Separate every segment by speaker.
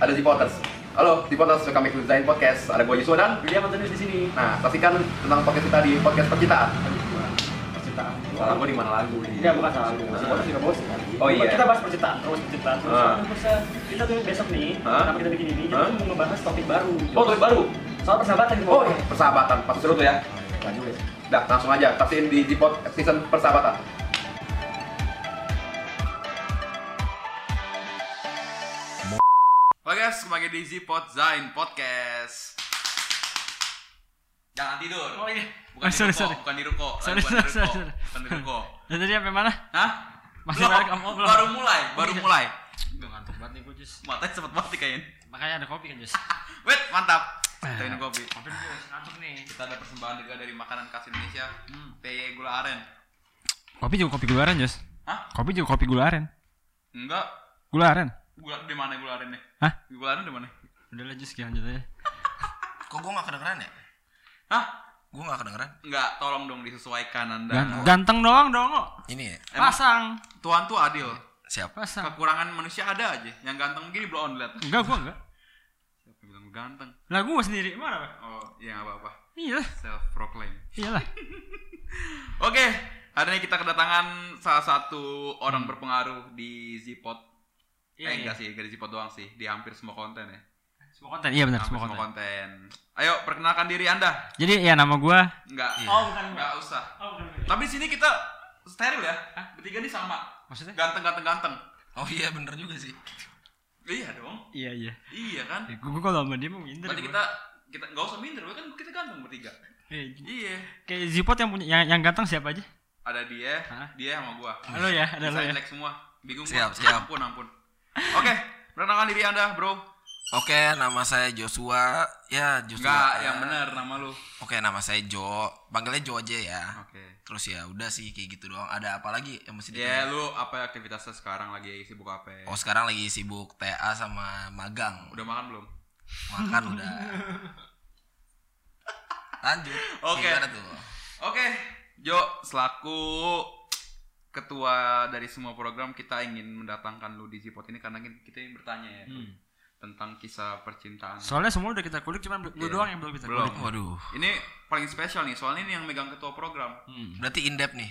Speaker 1: ada Zipoters. Halo, Zipoters, welcome back to Design Podcast. Ada gue Yusuf dan
Speaker 2: William Antonius di sini.
Speaker 1: nah, saksikan tentang podcast kita di podcast percintaan.
Speaker 2: Percintaan.
Speaker 1: Salah gue di mana lagu
Speaker 2: Enggak, bukan salah lu. Masih bosen, juga bosen kan?
Speaker 1: Oh, iya.
Speaker 2: Kita bahas percintaan terus, percintaan terus.
Speaker 1: Ah.
Speaker 2: Terus, eh, Kita tuh besok nih,
Speaker 1: Ah.
Speaker 2: kenapa kita bikin ini? Kita
Speaker 1: Ah.
Speaker 2: tuh mau ngebahas topik baru.
Speaker 1: Oh, topik baru.
Speaker 2: Soal persahabatan gitu.
Speaker 1: Oh, persahabatan. Pas seru tuh ya.
Speaker 2: lanjut ya.
Speaker 1: Dah, langsung aja. Pastiin di Zipot season persahabatan. Oke guys, kembali di Zipot Zain Podcast. Jangan tidur.
Speaker 2: Oh iya.
Speaker 3: Oh,
Speaker 1: Bukan
Speaker 3: sorry,
Speaker 1: di ruko,
Speaker 3: sorry.
Speaker 1: bukan di ruko,
Speaker 3: Sorry,
Speaker 1: bukan di
Speaker 3: sorry,
Speaker 1: ruko,
Speaker 3: sorry.
Speaker 1: bukan di ruko.
Speaker 3: Dan tadi sampai mana?
Speaker 1: Hah?
Speaker 3: Masih
Speaker 1: Belum,
Speaker 3: balik, oh, belum.
Speaker 1: baru mulai, baru
Speaker 3: iya.
Speaker 1: mulai.
Speaker 3: Gue ngantuk banget nih, gue jus.
Speaker 1: Matanya cepet banget nih kayaknya.
Speaker 3: Makanya ada kopi kan jus.
Speaker 1: Wait, mantap.
Speaker 3: Eh.
Speaker 1: Kita minum kopi.
Speaker 3: Kopi gue ngantuk nih.
Speaker 1: Kita ada persembahan juga dari makanan khas Indonesia, peye gula aren.
Speaker 3: Kopi juga kopi gula aren jus.
Speaker 1: Hah?
Speaker 3: Kopi juga kopi gula aren.
Speaker 1: Enggak.
Speaker 3: Gula aren.
Speaker 1: Gula di mana gula arennya?
Speaker 3: Hah?
Speaker 1: Gula aren di mana?
Speaker 3: Udah lah jus, lanjut aja.
Speaker 4: Kok gue gak kedengeran ya?
Speaker 1: Hah?
Speaker 4: Gue gak kedengeran
Speaker 1: Enggak, tolong dong disesuaikan
Speaker 3: Gan-
Speaker 1: Anda.
Speaker 3: Ganteng doang dong kok.
Speaker 4: Ini ya?
Speaker 1: Emang-
Speaker 3: Pasang,
Speaker 1: Tuhan tuh adil.
Speaker 4: Siapa?
Speaker 3: pasang.
Speaker 1: Kekurangan manusia ada aja. Yang ganteng gini belum on lihat.
Speaker 3: Enggak, gue enggak.
Speaker 1: Siapa bilang gua ganteng?
Speaker 3: Lah gue sendiri mana pak?
Speaker 1: Oh, ya nggak apa-apa.
Speaker 3: Iya,
Speaker 1: Self proclaim.
Speaker 3: iyalah.
Speaker 1: Oke, hari ini kita kedatangan salah satu orang berpengaruh di Zipot.
Speaker 3: Iya,
Speaker 1: eh, enggak sih, enggak di Zipot doang sih, di hampir semua konten ya.
Speaker 3: Semua konten, iya benar
Speaker 1: hampir
Speaker 3: semua
Speaker 1: semua,
Speaker 3: konten.
Speaker 1: konten. Ayo perkenalkan diri Anda.
Speaker 3: Jadi ya nama gue.
Speaker 1: Enggak.
Speaker 4: Iya.
Speaker 2: Oh, bukan
Speaker 1: Enggak usah.
Speaker 2: Oh, bukan
Speaker 1: Tapi di sini kita steril ya. Bertiga nih sama.
Speaker 3: Maksudnya?
Speaker 1: Ganteng-ganteng-ganteng.
Speaker 4: Oh iya bener juga sih
Speaker 1: Iya dong.
Speaker 3: Iya iya.
Speaker 1: Iya kan?
Speaker 3: Gue kalau sama dia mau minder.
Speaker 1: Berarti
Speaker 3: gua.
Speaker 1: kita kita enggak usah minder, gua kan kita ganteng bertiga.
Speaker 3: Eh,
Speaker 1: Iya.
Speaker 3: Kayak Zipot yang punya yang, yang ganteng siapa aja?
Speaker 1: Ada dia,
Speaker 3: Hah?
Speaker 1: dia sama gua.
Speaker 3: Halo ya, ada lo
Speaker 1: Bisa
Speaker 3: ya.
Speaker 1: jelek semua. Bingung
Speaker 4: Siap,
Speaker 1: gua.
Speaker 4: siap.
Speaker 1: Ampun, ampun. Oke, perkenalkan diri Anda, Bro.
Speaker 4: Oke nama saya Joshua Ya Joshua
Speaker 1: Enggak,
Speaker 4: Eh,
Speaker 1: yang benar nama lu.
Speaker 4: Oke nama saya Jo Panggilnya Jo aja ya
Speaker 1: Oke.
Speaker 4: Terus ya udah sih kayak gitu doang Ada apa lagi yang mesti
Speaker 1: Ya,
Speaker 4: ditanyain?
Speaker 1: lu apa aktivitasnya sekarang lagi sibuk apa?
Speaker 4: Oh sekarang lagi sibuk TA sama magang
Speaker 1: Udah makan belum?
Speaker 4: Makan udah Lanjut
Speaker 1: Oke.
Speaker 4: Gimana tuh?
Speaker 1: Oke, Jo selaku ketua dari semua program kita ingin mendatangkan lu di Zipot ini karena kita ingin bertanya ya
Speaker 3: Hmm.
Speaker 1: tentang kisah percintaan.
Speaker 3: Soalnya semua udah kita kulik, cuman lu
Speaker 1: Iya.
Speaker 3: doang yang belum kita
Speaker 1: Belum.
Speaker 3: kulik.
Speaker 4: Waduh
Speaker 1: Ini paling spesial nih, soalnya ini yang megang ketua program.
Speaker 3: Hmm.
Speaker 4: Berarti in-depth nih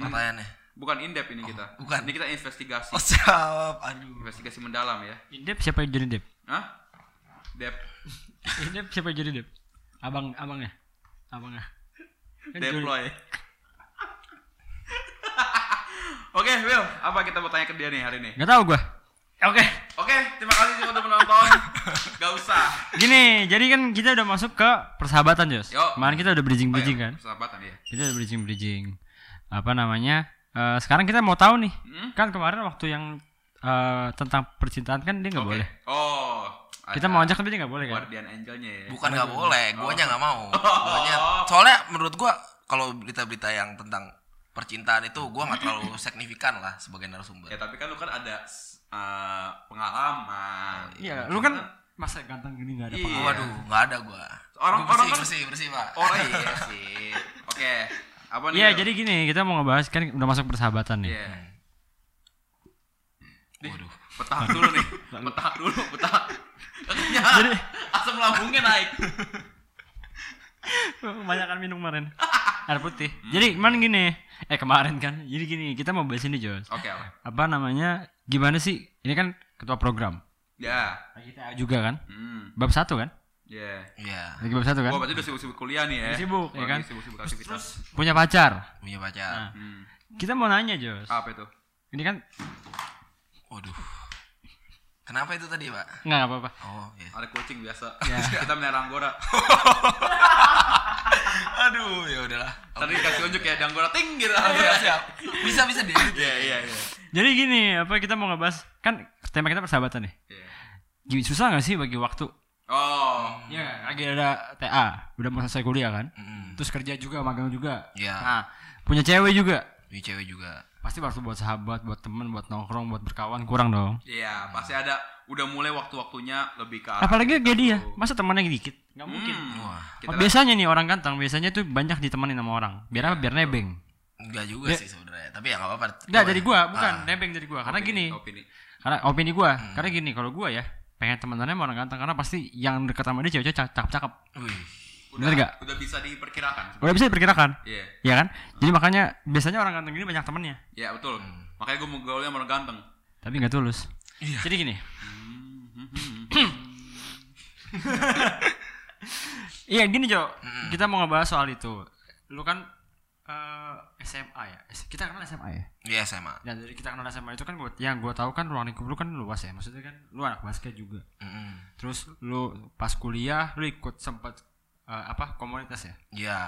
Speaker 4: Pertanyaannya
Speaker 1: Bukan indep ini kita.
Speaker 4: bukan.
Speaker 1: Ini kita investigasi.
Speaker 4: Oh siap Aduh
Speaker 1: Investigasi mendalam ya.
Speaker 3: Indep siapa yang jadi Dep?
Speaker 1: Hah? Dep.
Speaker 3: Indep siapa yang jadi Dep? Abang abangnya. Abangnya. Kan Juli-
Speaker 1: Deploy. Oke, Will, apa kita mau tanya ke dia nih hari ini?
Speaker 3: Nggak tahu gua. Oke.
Speaker 1: Oke, terima kasih semua udah menonton. Gak usah.
Speaker 3: Gini, jadi kan kita udah masuk ke persahabatan, Jos.
Speaker 1: Yo.
Speaker 3: Kemarin kita udah bridging-bridging kan?
Speaker 1: Persahabatan ya.
Speaker 3: Kita udah bridging-bridging. Apa namanya? Eh, sekarang kita mau tahu nih.
Speaker 1: Hmm?
Speaker 3: Kan kemarin waktu yang eh, tentang percintaan kan dia nggak
Speaker 1: Oke.
Speaker 3: boleh.
Speaker 1: Oh.
Speaker 3: Kita
Speaker 1: ada
Speaker 3: mau ajak tapi dia nggak boleh kan?
Speaker 1: Guardian Angelnya ya.
Speaker 4: Bukan nggak boleh,
Speaker 1: Oh.
Speaker 4: guanya nggak mau. Guanya, soalnya menurut gua kalau berita-berita yang tentang percintaan itu gua nggak terlalu signifikan lah sebagai
Speaker 1: Ya
Speaker 4: narasumber.
Speaker 1: tapi kan lu kan ada s- uh, pengalaman.
Speaker 3: Iya, lu kan masa ganteng gini nggak ada
Speaker 1: Iya.
Speaker 3: pengalaman.
Speaker 4: Waduh, nggak ada gua.
Speaker 1: Orang-
Speaker 4: Gua bersih,
Speaker 1: orang kan-
Speaker 4: bersih, bersih, Pak.
Speaker 1: Oh iya sih. Oke. Apa nih?
Speaker 3: Iya,
Speaker 1: Will?
Speaker 3: jadi gini, kita mau ngebahas kan udah masuk persahabatan nih.
Speaker 1: Iya.
Speaker 3: Hmm.
Speaker 4: Waduh.
Speaker 1: Petak dulu nih. Petak dulu, petak. Ya,
Speaker 3: Jadi-
Speaker 1: asam lambungnya naik.
Speaker 3: Kebanyakan minum kemarin. Air putih. Jadi kemarin gini, eh kemarin kan. Jadi gini, kita mau bahas ini, Jos.
Speaker 1: Oke, apa?
Speaker 3: Apa namanya? Gimana sih? Ini kan ketua program.
Speaker 1: Ya.
Speaker 3: Kita juga kan.
Speaker 1: Hmm.
Speaker 3: Bab satu kan?
Speaker 1: Ya.
Speaker 4: Iya,
Speaker 3: Lagi bab satu kan?
Speaker 1: Gua berarti udah sibuk-sibuk kuliah nih ya.
Speaker 3: Udah sibuk, ya
Speaker 1: Lagi
Speaker 3: kan?
Speaker 1: Sibuk-sibuk aktivitas. Terus,
Speaker 3: Punya pacar.
Speaker 4: punya pacar.
Speaker 1: Hmm.
Speaker 3: Kita mau nanya, Jos.
Speaker 1: Apa itu?
Speaker 3: Ini kan
Speaker 4: Waduh. Kenapa itu tadi, Pak?
Speaker 3: nggak apa-apa.
Speaker 4: Oh, ya.
Speaker 1: Ada coaching biasa.
Speaker 3: Ya.
Speaker 1: Kita menyerang Anggora.
Speaker 4: Aduh, ya udahlah.
Speaker 1: Tadi dikasih unjuk ya, dan Anggora tinggi lah.
Speaker 4: Iya, siap. Bisa bisa ya. deh.
Speaker 1: Iya, iya, iya.
Speaker 3: Jadi gini, apa kita mau ngebahas kan tema kita persahabatan nih.
Speaker 1: Iya.
Speaker 3: Gini, susah nggak sih bagi waktu?
Speaker 1: Oh,
Speaker 3: Ya, lagi ada TA, udah mau selesai kuliah kan?
Speaker 4: Mm,
Speaker 3: Terus kerja juga, magang juga.
Speaker 4: Iya,
Speaker 3: Nah, punya cewek juga.
Speaker 4: punya cewek juga.
Speaker 3: Pasti waktu buat sahabat, buat temen, buat nongkrong, buat berkawan kurang dong.
Speaker 1: iya, pasti
Speaker 3: Hmm.
Speaker 1: ada udah mulai waktu-waktunya lebih ke arah.
Speaker 3: Apalagi kayak dia, masa temannya dikit? Nggak mungkin.
Speaker 1: Hmm.
Speaker 4: Wah,
Speaker 1: Kita
Speaker 3: biasanya nih orang ganteng, biasanya tuh banyak ditemenin sama orang. Biar apa? Biar nebeng.
Speaker 4: enggak juga sih sebenarnya. Tapi ya nggak apa-apa. Ah.
Speaker 3: Enggak dari gua, bukan nebeng dari gua. Karena gini,
Speaker 1: opini.
Speaker 3: karena opini gua, karena gini kalau gua ya, pengen temenannya mau orang ganteng karena pasti yang deket sama dia cewek-cewek cakep cakep
Speaker 4: Wih.
Speaker 1: Udah,
Speaker 3: Bener nggak?
Speaker 1: udah bisa diperkirakan.
Speaker 3: udah bisa diperkirakan
Speaker 1: Iya.
Speaker 3: ya kan jadi makanya biasanya orang ganteng ini banyak temennya
Speaker 1: Ya betul.
Speaker 3: Hmm.
Speaker 1: Makanya gue mau gaulnya sama orang ganteng.
Speaker 3: tapi nggak tulus
Speaker 4: Iya.
Speaker 3: jadi gini Hmm. iya gini Jo kita mau ngebahas soal itu lu kan eh, SMA ya S- kita kenal SMA ya
Speaker 4: Iya SMA.
Speaker 3: Nah dari kita kenal SMA itu kan gua, yang gue tahu kan ruang lingkup lu kan luas ya maksudnya kan lu anak basket juga
Speaker 4: Mm-mm.
Speaker 3: terus lu pas kuliah lu ikut sempat eh, apa komunitas ya
Speaker 4: Iya.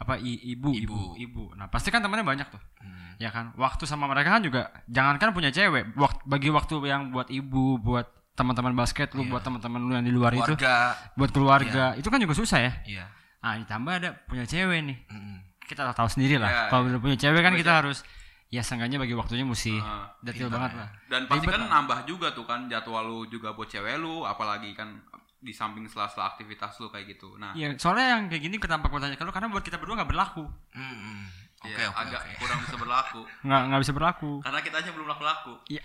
Speaker 3: apa i- ibu, ibu
Speaker 4: Ibu.
Speaker 3: ibu nah pasti kan temannya banyak tuh
Speaker 4: Hmm.
Speaker 3: ya kan waktu sama mereka kan juga jangankan punya cewek waktu bagi waktu yang buat ibu buat teman-teman basket lu buat teman-teman lu yang di luar Nah, itu
Speaker 4: Keluarga.
Speaker 3: buat keluarga itu kan juga susah ya
Speaker 4: Iya.
Speaker 3: ah ditambah ada punya cewek nih
Speaker 4: Mm-mm.
Speaker 3: kita tahu sendiri lah
Speaker 1: Ya,
Speaker 3: kalau
Speaker 1: ya.
Speaker 3: udah punya cewek kan kita harus ya seenggaknya bagi waktunya mesti
Speaker 1: Heeh.
Speaker 3: detail
Speaker 4: Pintar
Speaker 3: banget
Speaker 4: ya.
Speaker 3: lah
Speaker 1: Dan pasti
Speaker 3: Ribet
Speaker 1: kan
Speaker 3: lah.
Speaker 1: nambah juga tuh kan jadwal lu juga buat cewek lu, apalagi kan di samping sela-sela aktivitas lu kayak gitu.
Speaker 4: Ah.
Speaker 1: Nah,
Speaker 3: Iya, soalnya yang kayak gini kenapa gue tanya ke lu karena buat kita berdua nggak berlaku
Speaker 4: Mm-mm.
Speaker 1: ya,
Speaker 4: Oke oke
Speaker 1: agak
Speaker 4: oke.
Speaker 1: kurang bisa berlaku
Speaker 3: nggak nggak bisa berlaku
Speaker 1: karena kita aja belum laku-laku.
Speaker 3: Iya.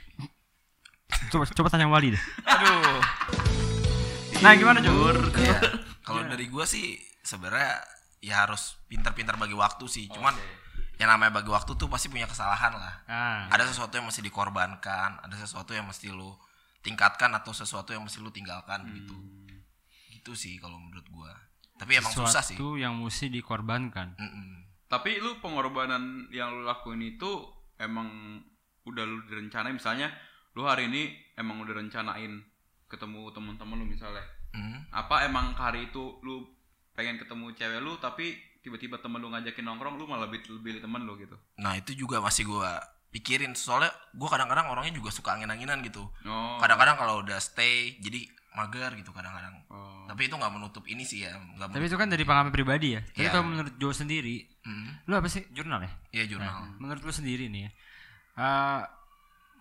Speaker 3: coba coba tanya Wali deh
Speaker 4: Aduh.
Speaker 3: nah gimana Jo
Speaker 4: Iya. Kalau dari gua sih sebenarnya ya harus pintar-pintar bagi waktu sih. Cuman yang namanya bagi waktu tuh pasti punya kesalahan lah.
Speaker 3: ah
Speaker 4: ada sesuatu yang mesti dikorbankan, ada sesuatu yang mesti lu tingkatkan atau sesuatu yang mesti lu tinggalkan
Speaker 1: Hmm.
Speaker 4: gitu. Gitu sih kalau menurut gua. Tapi emang susah sih.
Speaker 3: sesuatu yang mesti dikorbankan
Speaker 4: Mm-mm.
Speaker 1: Tapi lu pengorbanan yang lu lakuin itu emang udah lu direncanain misalnya lu hari ini emang udah rencanain ketemu temen-temen lu misalnya.
Speaker 4: Mm.
Speaker 1: Apa emang hari itu lu pengen ketemu cewek lu tapi tiba-tiba temen lu ngajakin nongkrong lu malah lebih pilih temen lu gitu.
Speaker 4: Nah, itu juga masih gua pikirin soalnya gua kadang-kadang orangnya juga suka angin-anginan gitu.
Speaker 1: Oh.
Speaker 4: Kadang-kadang kalau udah stay jadi mager gitu kadang-kadang.
Speaker 1: Oh.
Speaker 4: Tapi itu nggak menutup ini sih ya, nggak
Speaker 3: Tapi
Speaker 4: menutup-
Speaker 3: itu kan dari pengalaman pribadi ya. Tapi
Speaker 4: Iya.
Speaker 3: kalau menurut Joe sendiri,
Speaker 4: Mm.
Speaker 3: lu apa sih jurnal ya?
Speaker 4: Iya
Speaker 3: Nah,
Speaker 4: jurnal.
Speaker 3: menurut lu sendiri nih ya. eh,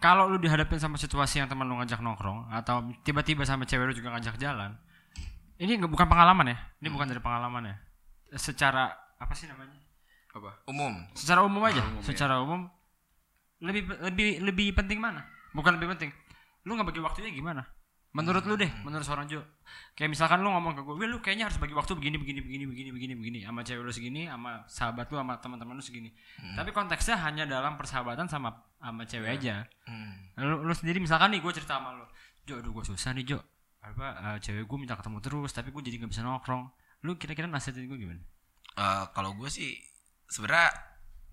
Speaker 3: kalau lu dihadapin sama situasi yang teman lu ngajak nongkrong atau tiba-tiba sama cewek lu juga ngajak jalan. Ini nggak- bukan pengalaman ya. Ini bukan dari pengalaman ya. Secara apa sih namanya?
Speaker 1: Apa?
Speaker 4: Umum.
Speaker 3: Secara umum aja,
Speaker 1: Umum, ya.
Speaker 3: secara umum lebih lebih lebih penting mana? Bukan lebih penting. Lu nggak bagi waktunya gimana? Menurut lu deh, menurut seorang Jo. Kayak misalkan lu ngomong ke gue, "Wil, lu kayaknya harus bagi waktu begini begini begini begini begini begini sama cewek lu segini, sama sahabat lu sama teman-teman lu segini." Tapi konteksnya hanya dalam persahabatan sama sama cewek aja.
Speaker 4: Mm.
Speaker 3: Lu, lu sendiri misalkan nih gue cerita sama lu, "Jo, aduh gue susah nih, Jo. Apa eh, cewek gue minta ketemu terus, tapi gue jadi nggak bisa nongkrong." Lu kira-kira nasihatin gue gimana?
Speaker 4: Eh, kalau gue sih sebenarnya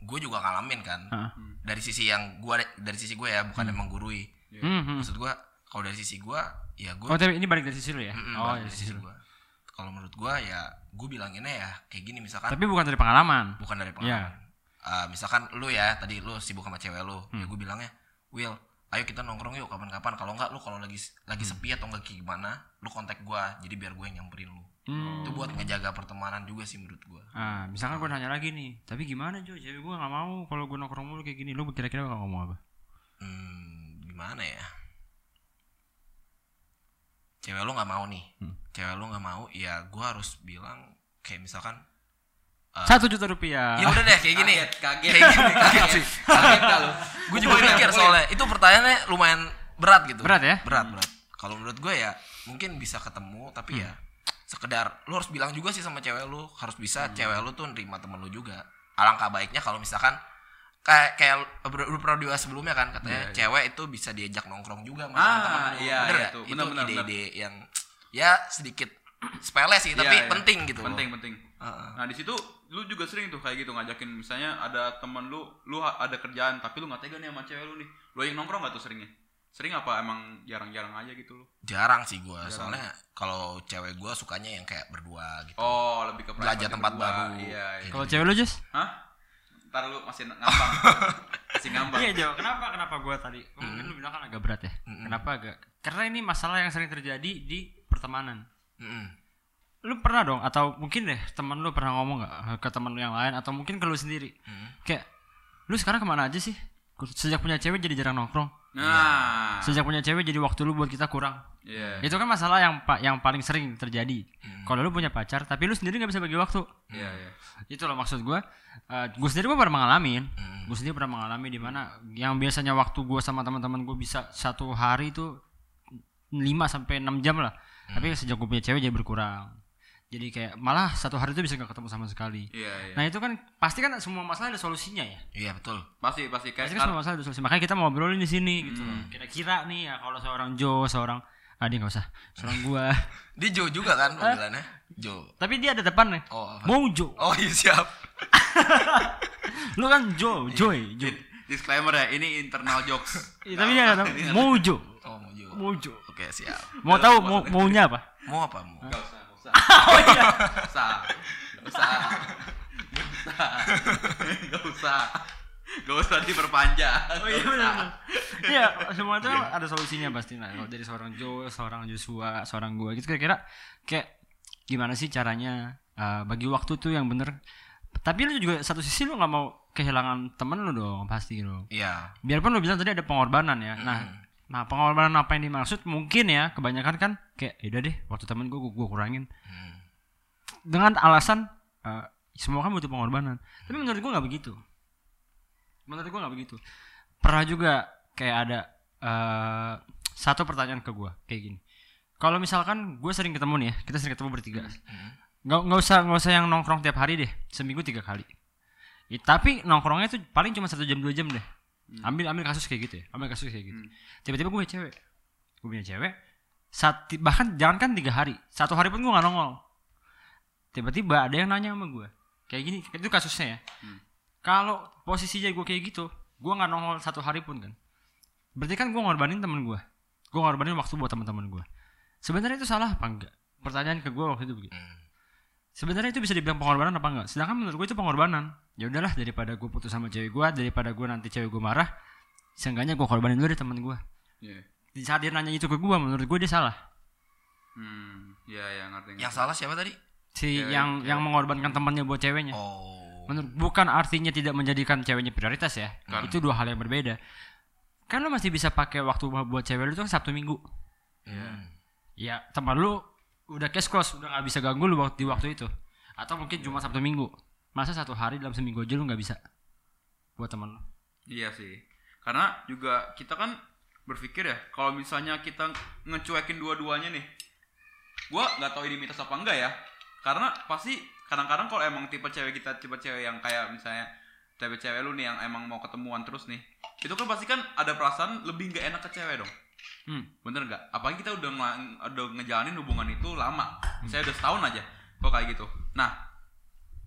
Speaker 4: gue juga ngalamin kan
Speaker 3: Heeh.
Speaker 4: dari sisi yang gue dari sisi gue ya bukan emang menggurui
Speaker 3: Hmm, hmm.
Speaker 4: maksud gue kalau dari sisi gue ya gue
Speaker 3: Oh, tapi ini balik dari sisi lu ya. oh, dari
Speaker 4: dari
Speaker 3: sisi
Speaker 4: sisi
Speaker 3: lu.
Speaker 4: gue kalau menurut gue ya gue bilanginnya ya kayak gini misalkan
Speaker 3: Tapi Iya. bukan dari pengalaman.
Speaker 4: bukan dari pengalaman
Speaker 3: gitu.
Speaker 4: Eh, misalkan lu ya tadi lu sibuk sama cewek lu ya gue bilangnya Will ayo kita nongkrong yuk kapan-kapan kalau enggak lu kalau lagi lagi sepi atau enggak kayak gimana lu kontak gue jadi biar gue yang nyamperin lu
Speaker 3: Hmm.
Speaker 4: itu buat ngejaga pertemanan juga sih menurut gue
Speaker 3: Ah, misalkan gue nanya lagi nih, tapi gimana Jo? Cewek gue gak mau kalau gue nongkrong mulu kayak gini. Lu kira-kira bakal ngomong apa?
Speaker 4: Hmm, gimana ya? Cewek lu nggak mau nih. Cewek lu nggak mau, ya gua harus bilang kayak misalkan
Speaker 3: Satu juta rupiah.
Speaker 4: ya udah deh kayak gini.
Speaker 1: Kaget, kaget.
Speaker 4: Kayak gini, kaget sih.
Speaker 1: Kaget gak lu?
Speaker 4: Gue juga mikir soalnya itu pertanyaannya lumayan berat gitu.
Speaker 3: Berat ya?
Speaker 4: Berat, berat. Kalau menurut gue ya mungkin bisa ketemu tapi
Speaker 1: Hmm.
Speaker 4: ya sekedar lu harus bilang juga sih sama cewek lu harus bisa
Speaker 1: Hmm.
Speaker 4: cewek lu tuh nerima temen lu juga alangkah baiknya kalau misalkan kayak kayak beberapa dua sebelumnya kan katanya cewek itu bisa diajak nongkrong juga sama
Speaker 1: Iya, Ah,
Speaker 4: teman lu.
Speaker 1: iya,
Speaker 4: Bener
Speaker 1: iya,
Speaker 4: nggak?
Speaker 1: tuh.
Speaker 4: itu
Speaker 1: Bener, bener,
Speaker 4: ide-ide yang ya sedikit sepele sih tapi
Speaker 1: Iya, iya.
Speaker 4: penting gitu loh.
Speaker 1: Penting, penting.
Speaker 4: Heeh.
Speaker 1: Nah di situ lu juga sering tuh kayak gitu ngajakin misalnya ada teman lu, lu ha- ada kerjaan tapi lu nggak tega nih sama cewek lu nih. Lu yang nongkrong nggak tuh seringnya? Sering apa emang jarang-jarang aja gitu lu?
Speaker 4: jarang sih gua soalnya kalau cewek gua sukanya yang kayak berdua gitu
Speaker 1: Oh lebih ke
Speaker 4: Belajar
Speaker 1: private
Speaker 4: tempat
Speaker 1: kedua.
Speaker 4: baru.
Speaker 1: Iya. iya.
Speaker 3: Kalau cewek lu Jess?
Speaker 1: Hah? Ntar lu masih ngambang, masih ngambang.
Speaker 3: Iya Jo, kenapa kenapa gue tadi? Mungkin lu bilang kan agak berat ya. Kenapa agak? Karena ini masalah yang sering terjadi di pertemanan.
Speaker 4: Mm-mm.
Speaker 3: Lu pernah dong atau mungkin deh teman lu pernah ngomong nggak eh, ke teman lu yang lain atau mungkin ke lu sendiri? Kayak lu sekarang kemana aja sih? Sejak punya cewek jadi jarang nongkrong.
Speaker 1: Nah,
Speaker 3: Sejak punya cewek jadi waktu lu buat kita kurang.
Speaker 1: iya,
Speaker 3: Itu kan masalah yang pa- yang paling sering terjadi. Kalau lu punya pacar tapi lu sendiri nggak bisa bagi waktu.
Speaker 1: iya, iya.
Speaker 3: Itu loh maksud gua. Eh, gua sendiri gua pernah mengalami. Gua sendiri pernah mengalami di mana yang biasanya waktu gua sama teman-teman gua bisa satu hari itu 5 sampai 6 jam lah. Tapi sejak gue punya cewek jadi berkurang. Jadi kayak malah satu hari itu bisa gak ketemu sama sekali.
Speaker 1: Iya, iya.
Speaker 3: Nah itu kan pasti kan semua masalah ada solusinya ya.
Speaker 4: Iya betul.
Speaker 1: Pasti pasti kayak
Speaker 3: Pasti kan
Speaker 1: ar-
Speaker 3: semua masalah ada solusi. Makanya kita mau ngobrolin di sini gitu. loh. Kira-kira nih ya kalau seorang Joe, seorang ah dia nggak usah, seorang gua.
Speaker 4: Dia Jo juga kan panggilannya? Jo.
Speaker 3: Tapi dia ada depan nih.
Speaker 4: Oh, apa?
Speaker 3: Mau Jo.
Speaker 4: Oh iya siap.
Speaker 3: Lu kan Joe, Joy, Joe.
Speaker 1: disclaimer ya, ini internal jokes.
Speaker 3: Iya, tapi dia ada
Speaker 1: Ini-
Speaker 3: mau Jo.
Speaker 4: Oh mau Jo.
Speaker 3: Mau Jo.
Speaker 4: Oke siap.
Speaker 3: Mau tahu mau maunya apa?
Speaker 4: Mau apa mau?
Speaker 1: Nggak usah, nggak usah.
Speaker 3: Oh iya.
Speaker 1: Nggak usah. Nggak usah. Nggak usah. Nggak usah diperpanjang.
Speaker 3: Oh iya benar. benar. Iya, semua itu ada solusinya pasti. Nah, kalau dari seorang Joe, seorang Joshua, seorang gua gitu kira-kira kayak gimana sih caranya eh, bagi waktu tuh yang bener. Tapi lu juga satu sisi lu nggak mau kehilangan temen lu dong pasti gitu.
Speaker 4: Iya.
Speaker 3: Biarpun lu bilang tadi ada pengorbanan ya. Nah, nah pengorbanan apa yang dimaksud mungkin ya kebanyakan kan kayak "Ya udah deh waktu temen gua gua, gua kurangin
Speaker 4: Hmm.
Speaker 3: dengan alasan eh, semua kan butuh pengorbanan. Tapi menurut gua nggak begitu. Menurut gua nggak begitu. Pernah juga kayak ada eh, satu pertanyaan ke gua kayak gini. Kalau misalkan gue sering ketemu nih ya, kita sering ketemu bertiga. Nggak nggak usah nggak usah yang nongkrong tiap hari deh, seminggu tiga kali. Ya, tapi nongkrongnya tuh paling cuma satu jam dua jam deh. Ambil ambil kasus kayak gitu ya, ambil kasus kayak gitu. Tiba-tiba gue punya cewek, gue punya cewek. Sat, bahkan jangankan tiga hari, satu hari pun gue nggak nongol tiba-tiba ada yang nanya sama gue kayak gini itu kasusnya ya kalau posisinya gue kayak gitu gue nggak nongol satu hari pun kan berarti kan gue ngorbanin temen gue gue ngorbanin waktu buat teman-teman gue sebenarnya itu salah apa enggak pertanyaan ke gue waktu itu begitu
Speaker 4: Hmm.
Speaker 3: sebenarnya itu bisa dibilang pengorbanan apa enggak sedangkan menurut gue itu pengorbanan ya udahlah daripada gue putus sama cewek gue daripada gue nanti cewek gue marah seenggaknya gue korbanin dulu deh temen gue
Speaker 1: Iya.
Speaker 3: di saat dia nanya itu ke gue menurut gue dia salah
Speaker 1: Hmm, iya ya ngerti. ngerti.
Speaker 4: Yang salah siapa tadi?
Speaker 3: si
Speaker 1: Cewek-
Speaker 3: yang yang mengorbankan temannya buat ceweknya
Speaker 4: Oh.
Speaker 3: Menurut bukan artinya tidak menjadikan ceweknya prioritas ya. Itu dua hal yang berbeda. Kan lo masih bisa pakai waktu buat cewek lu tuh kan Sabtu Minggu.
Speaker 4: Hmm.
Speaker 3: Ya, teman lu udah cash close, udah nggak bisa ganggu lu waktu- di waktu itu. Atau mungkin cuma Sabtu Minggu. Masa satu hari dalam seminggu aja lu nggak bisa buat teman lu.
Speaker 1: Iya sih. Karena juga kita kan berpikir ya, kalau misalnya kita ngecuekin dua-duanya nih, gua nggak tahu ini mitos apa enggak ya. Karena pasti kadang-kadang kalau emang tipe cewek kita tipe cewek yang kayak misalnya cewek-cewek lu nih yang emang mau ketemuan terus nih, itu kan pasti kan ada perasaan lebih nggak enak ke cewek dong.
Speaker 3: Hmm.
Speaker 1: Bener nggak? Apalagi kita udah, ngela- udah ngejalanin hubungan itu lama. Saya udah setahun aja kok kayak gitu. Nah,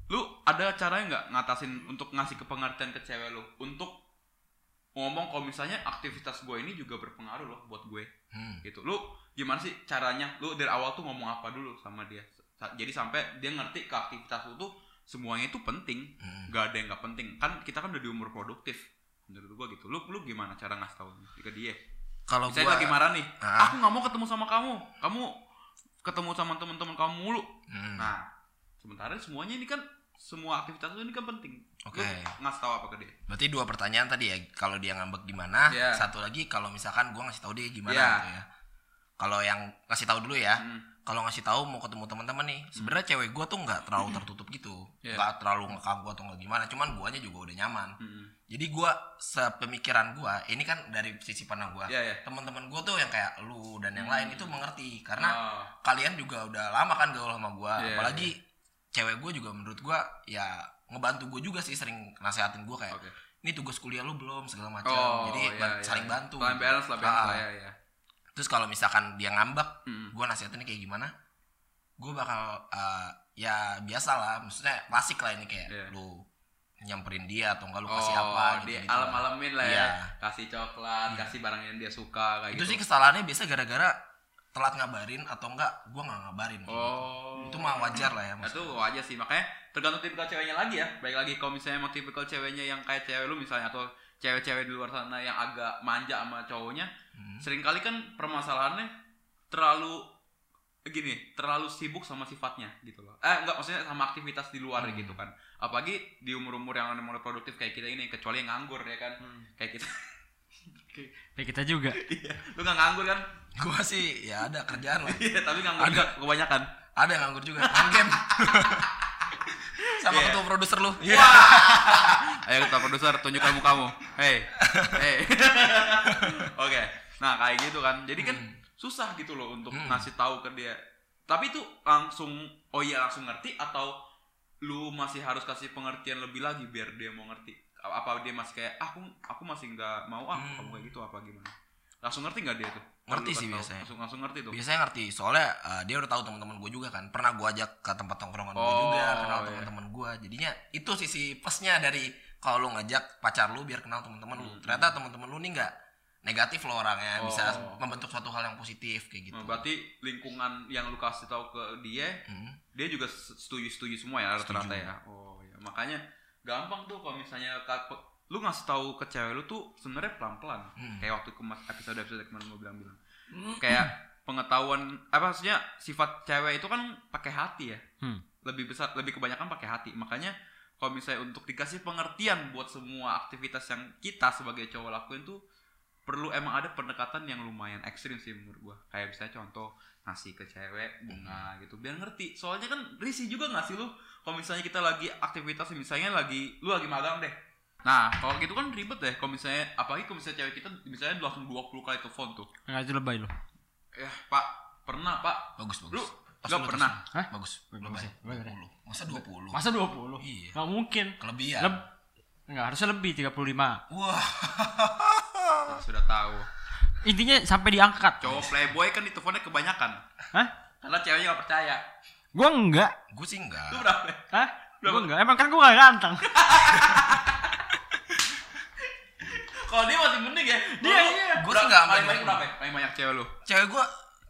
Speaker 1: lu ada caranya nggak ngatasin untuk ngasih kepengertian ke cewek lu untuk ngomong kalau misalnya aktivitas gue ini juga berpengaruh loh buat gue
Speaker 4: Hmm.
Speaker 1: gitu lu gimana sih caranya lu dari awal tuh ngomong apa dulu sama dia Sa- jadi sampai dia ngerti ke aktivitas lu tuh semuanya itu penting
Speaker 4: Hmm.
Speaker 1: nggak ada yang nggak penting kan kita kan udah di umur produktif menurut gua gitu lu lu gimana cara ngasih tahu ke dia
Speaker 4: Kalau
Speaker 1: saya
Speaker 4: gua
Speaker 1: lagi marah nih
Speaker 4: Ah.
Speaker 1: aku nggak mau ketemu sama kamu kamu ketemu sama teman-teman kamu mulu
Speaker 4: Hmm.
Speaker 1: nah sementara semuanya ini kan semua aktivitas lu ini kan penting
Speaker 4: Oke. Eh.
Speaker 1: Lu ngasih tahu apa ke dia
Speaker 4: Berarti dua pertanyaan tadi ya, kalau dia ngambek gimana,
Speaker 1: Iya.
Speaker 4: satu lagi kalau misalkan gua ngasih tahu dia gimana
Speaker 1: Iya.
Speaker 4: gitu ya. Kalau yang ngasih tahu dulu ya,
Speaker 1: Hmm.
Speaker 4: kalau ngasih tahu mau ketemu teman-teman nih, sebenarnya cewek gua tuh nggak terlalu tertutup gitu,
Speaker 1: Iya.
Speaker 4: nggak terlalu ngekang gua atau nggak gimana, cuman guanya juga udah nyaman.
Speaker 1: Hmm.
Speaker 4: Jadi gua sepemikiran gua, ini kan dari sisi pandang gua,
Speaker 1: Iya, iya.
Speaker 4: teman-teman gua tuh yang kayak lu dan yang lain itu mengerti karena
Speaker 1: Hmm. Oh.
Speaker 4: kalian juga udah lama kan gaul sama gua
Speaker 1: Iya,
Speaker 4: apalagi cewek gua juga menurut gua ya ngebantu gua juga sih sering nasehatin gua kayak
Speaker 1: Oke.
Speaker 4: ini tugas kuliah lu belum segala macam
Speaker 1: Oh,
Speaker 4: eh, jadi
Speaker 1: iya,
Speaker 4: ban-
Speaker 1: iya.
Speaker 4: saling bantu
Speaker 1: Saling balance lah, balance
Speaker 4: Ah.
Speaker 1: lah, ya, ya.
Speaker 4: terus kalau misalkan dia ngambek
Speaker 1: Mm.
Speaker 4: gua nasehatinnya kayak gimana gua bakal eh, ya biasa lah maksudnya klasik lah ini kayak
Speaker 1: Iya.
Speaker 4: lu nyamperin dia atau enggak lu
Speaker 1: Oh,
Speaker 4: kasih apa gitu,
Speaker 1: di
Speaker 4: gitu lah.
Speaker 1: alam-alamin lah ya.
Speaker 4: Iya.
Speaker 1: Kasih coklat, kasih barang yang dia suka kayak
Speaker 4: itu
Speaker 1: gitu.
Speaker 4: sih kesalahannya biasa gara-gara telat ngabarin atau enggak gua nggak ngabarin
Speaker 1: Oh.
Speaker 4: itu mah wajar lah ya
Speaker 1: Nah, itu wajar sih makanya tergantung tipikal ceweknya lagi ya. Baik lagi kalau misalnya emang tipikal ceweknya yang kayak cewek lu misalnya atau cewek-cewek di luar sana yang agak manja sama cowoknya,
Speaker 4: Hmm.
Speaker 1: seringkali kan permasalahannya terlalu gini, terlalu sibuk sama sifatnya gitu loh. Eh enggak maksudnya sama aktivitas di luar gitu kan. Apalagi di umur-umur yang mulai produktif kayak kita ini kecuali yang nganggur ya kan. Kayak kita.
Speaker 3: Kayak Ya, kita juga.
Speaker 1: Iya. lu gak nganggur kan?
Speaker 4: gua sih ya ada kerjaan lah
Speaker 1: Iya, tapi nganggur juga kebanyakan.
Speaker 4: ada yang nganggur juga main game sama
Speaker 1: Iya.
Speaker 4: ketua produser lu
Speaker 1: Ayo kita produser tunjukkan mukamu. Hei. Hei. Oke. Nah, kayak gitu kan. Jadi kan
Speaker 4: Hmm.
Speaker 1: susah gitu loh untuk
Speaker 4: Hmm.
Speaker 1: ngasih tahu ke dia. Tapi itu langsung oh iya langsung ngerti atau lu masih harus kasih pengertian lebih lagi biar dia mau ngerti. A- Apa dia masih kayak "Ah, aku aku masih nggak mau ah
Speaker 4: Hmm.
Speaker 1: kamu kayak gitu apa gimana? Langsung ngerti nggak dia tuh?
Speaker 4: Ngerti
Speaker 1: Lu
Speaker 4: sih
Speaker 1: kasih tahu.
Speaker 4: biasanya.
Speaker 1: Langsung langsung ngerti tuh.
Speaker 4: biasanya ngerti soalnya uh, dia udah tahu teman-teman gue juga kan pernah gue ajak ke tempat tongkrongan gue
Speaker 1: Oh,
Speaker 4: juga kenal
Speaker 1: iya.
Speaker 4: teman-teman gue jadinya itu sisi plusnya dari kalau lu ngajak pacar lu biar kenal teman-teman
Speaker 1: Hmm.
Speaker 4: lu ternyata teman-teman lu nih nggak negatif loh orangnya bisa
Speaker 1: Oh.
Speaker 4: membentuk suatu hal yang positif kayak gitu
Speaker 1: Nah, berarti lingkungan yang lu kasih tahu ke dia
Speaker 4: Hmm.
Speaker 1: dia juga setuju setuju semua ya
Speaker 4: Setuju.
Speaker 1: rata-rata ya oh ya makanya gampang tuh kalau misalnya ka- pe- lu ngasih tahu ke cewek lu tuh sebenarnya pelan-pelan
Speaker 4: Hmm.
Speaker 1: kayak waktu kemas episode episode kemarin gue bilang-bilang kayak pengetahuan apa maksudnya sifat cewek itu kan pakai hati ya
Speaker 3: Hmm.
Speaker 1: lebih besar lebih kebanyakan pakai hati makanya kalau misalnya untuk dikasih pengertian buat semua aktivitas yang kita sebagai cowok lakuin tuh perlu emang ada pendekatan yang lumayan ekstrim sih menurut gua kayak misalnya contoh ngasih ke cewek bunga gitu biar ngerti soalnya kan risih juga nggak sih lu kalau misalnya kita lagi aktivitas misalnya lagi lu lagi magang deh nah kalau gitu kan ribet deh kalau misalnya apalagi kalau misalnya cewek kita misalnya langsung 20 kali telepon tuh
Speaker 3: Enggak itu lebay lu.
Speaker 1: ya pak pernah pak
Speaker 4: bagus
Speaker 1: Lu
Speaker 4: bagus Tos
Speaker 1: nggak
Speaker 4: tos
Speaker 1: pernah?
Speaker 4: dulu.
Speaker 3: Hah?
Speaker 4: bagus
Speaker 3: Bagus
Speaker 4: lebay
Speaker 3: ya, bagus ya.
Speaker 4: 20. masa 20
Speaker 3: Masa 20?
Speaker 4: Iya.
Speaker 3: Enggak mungkin.
Speaker 4: kelebihan
Speaker 3: Leb Enggak, harusnya lebih 35.
Speaker 4: wah
Speaker 1: Ya, sudah tahu
Speaker 3: Intinya sampai diangkat.
Speaker 1: cowok playboy kan diteleponnya kebanyakan
Speaker 3: Hah?
Speaker 1: karena ceweknya nggak percaya
Speaker 3: Gua enggak.
Speaker 4: gue sih
Speaker 1: lu
Speaker 4: enggak
Speaker 1: berapa
Speaker 3: Hah? Gua
Speaker 1: Berapa?
Speaker 3: enggak. Emang kan gua enggak ganteng.
Speaker 1: kalau dia masih mending ya
Speaker 3: Dia, iya.
Speaker 1: Berapa-
Speaker 4: Gua sih nggak
Speaker 1: paling
Speaker 4: aman.
Speaker 1: banyak berapa ya? paling banyak cewek lu
Speaker 4: cewek gue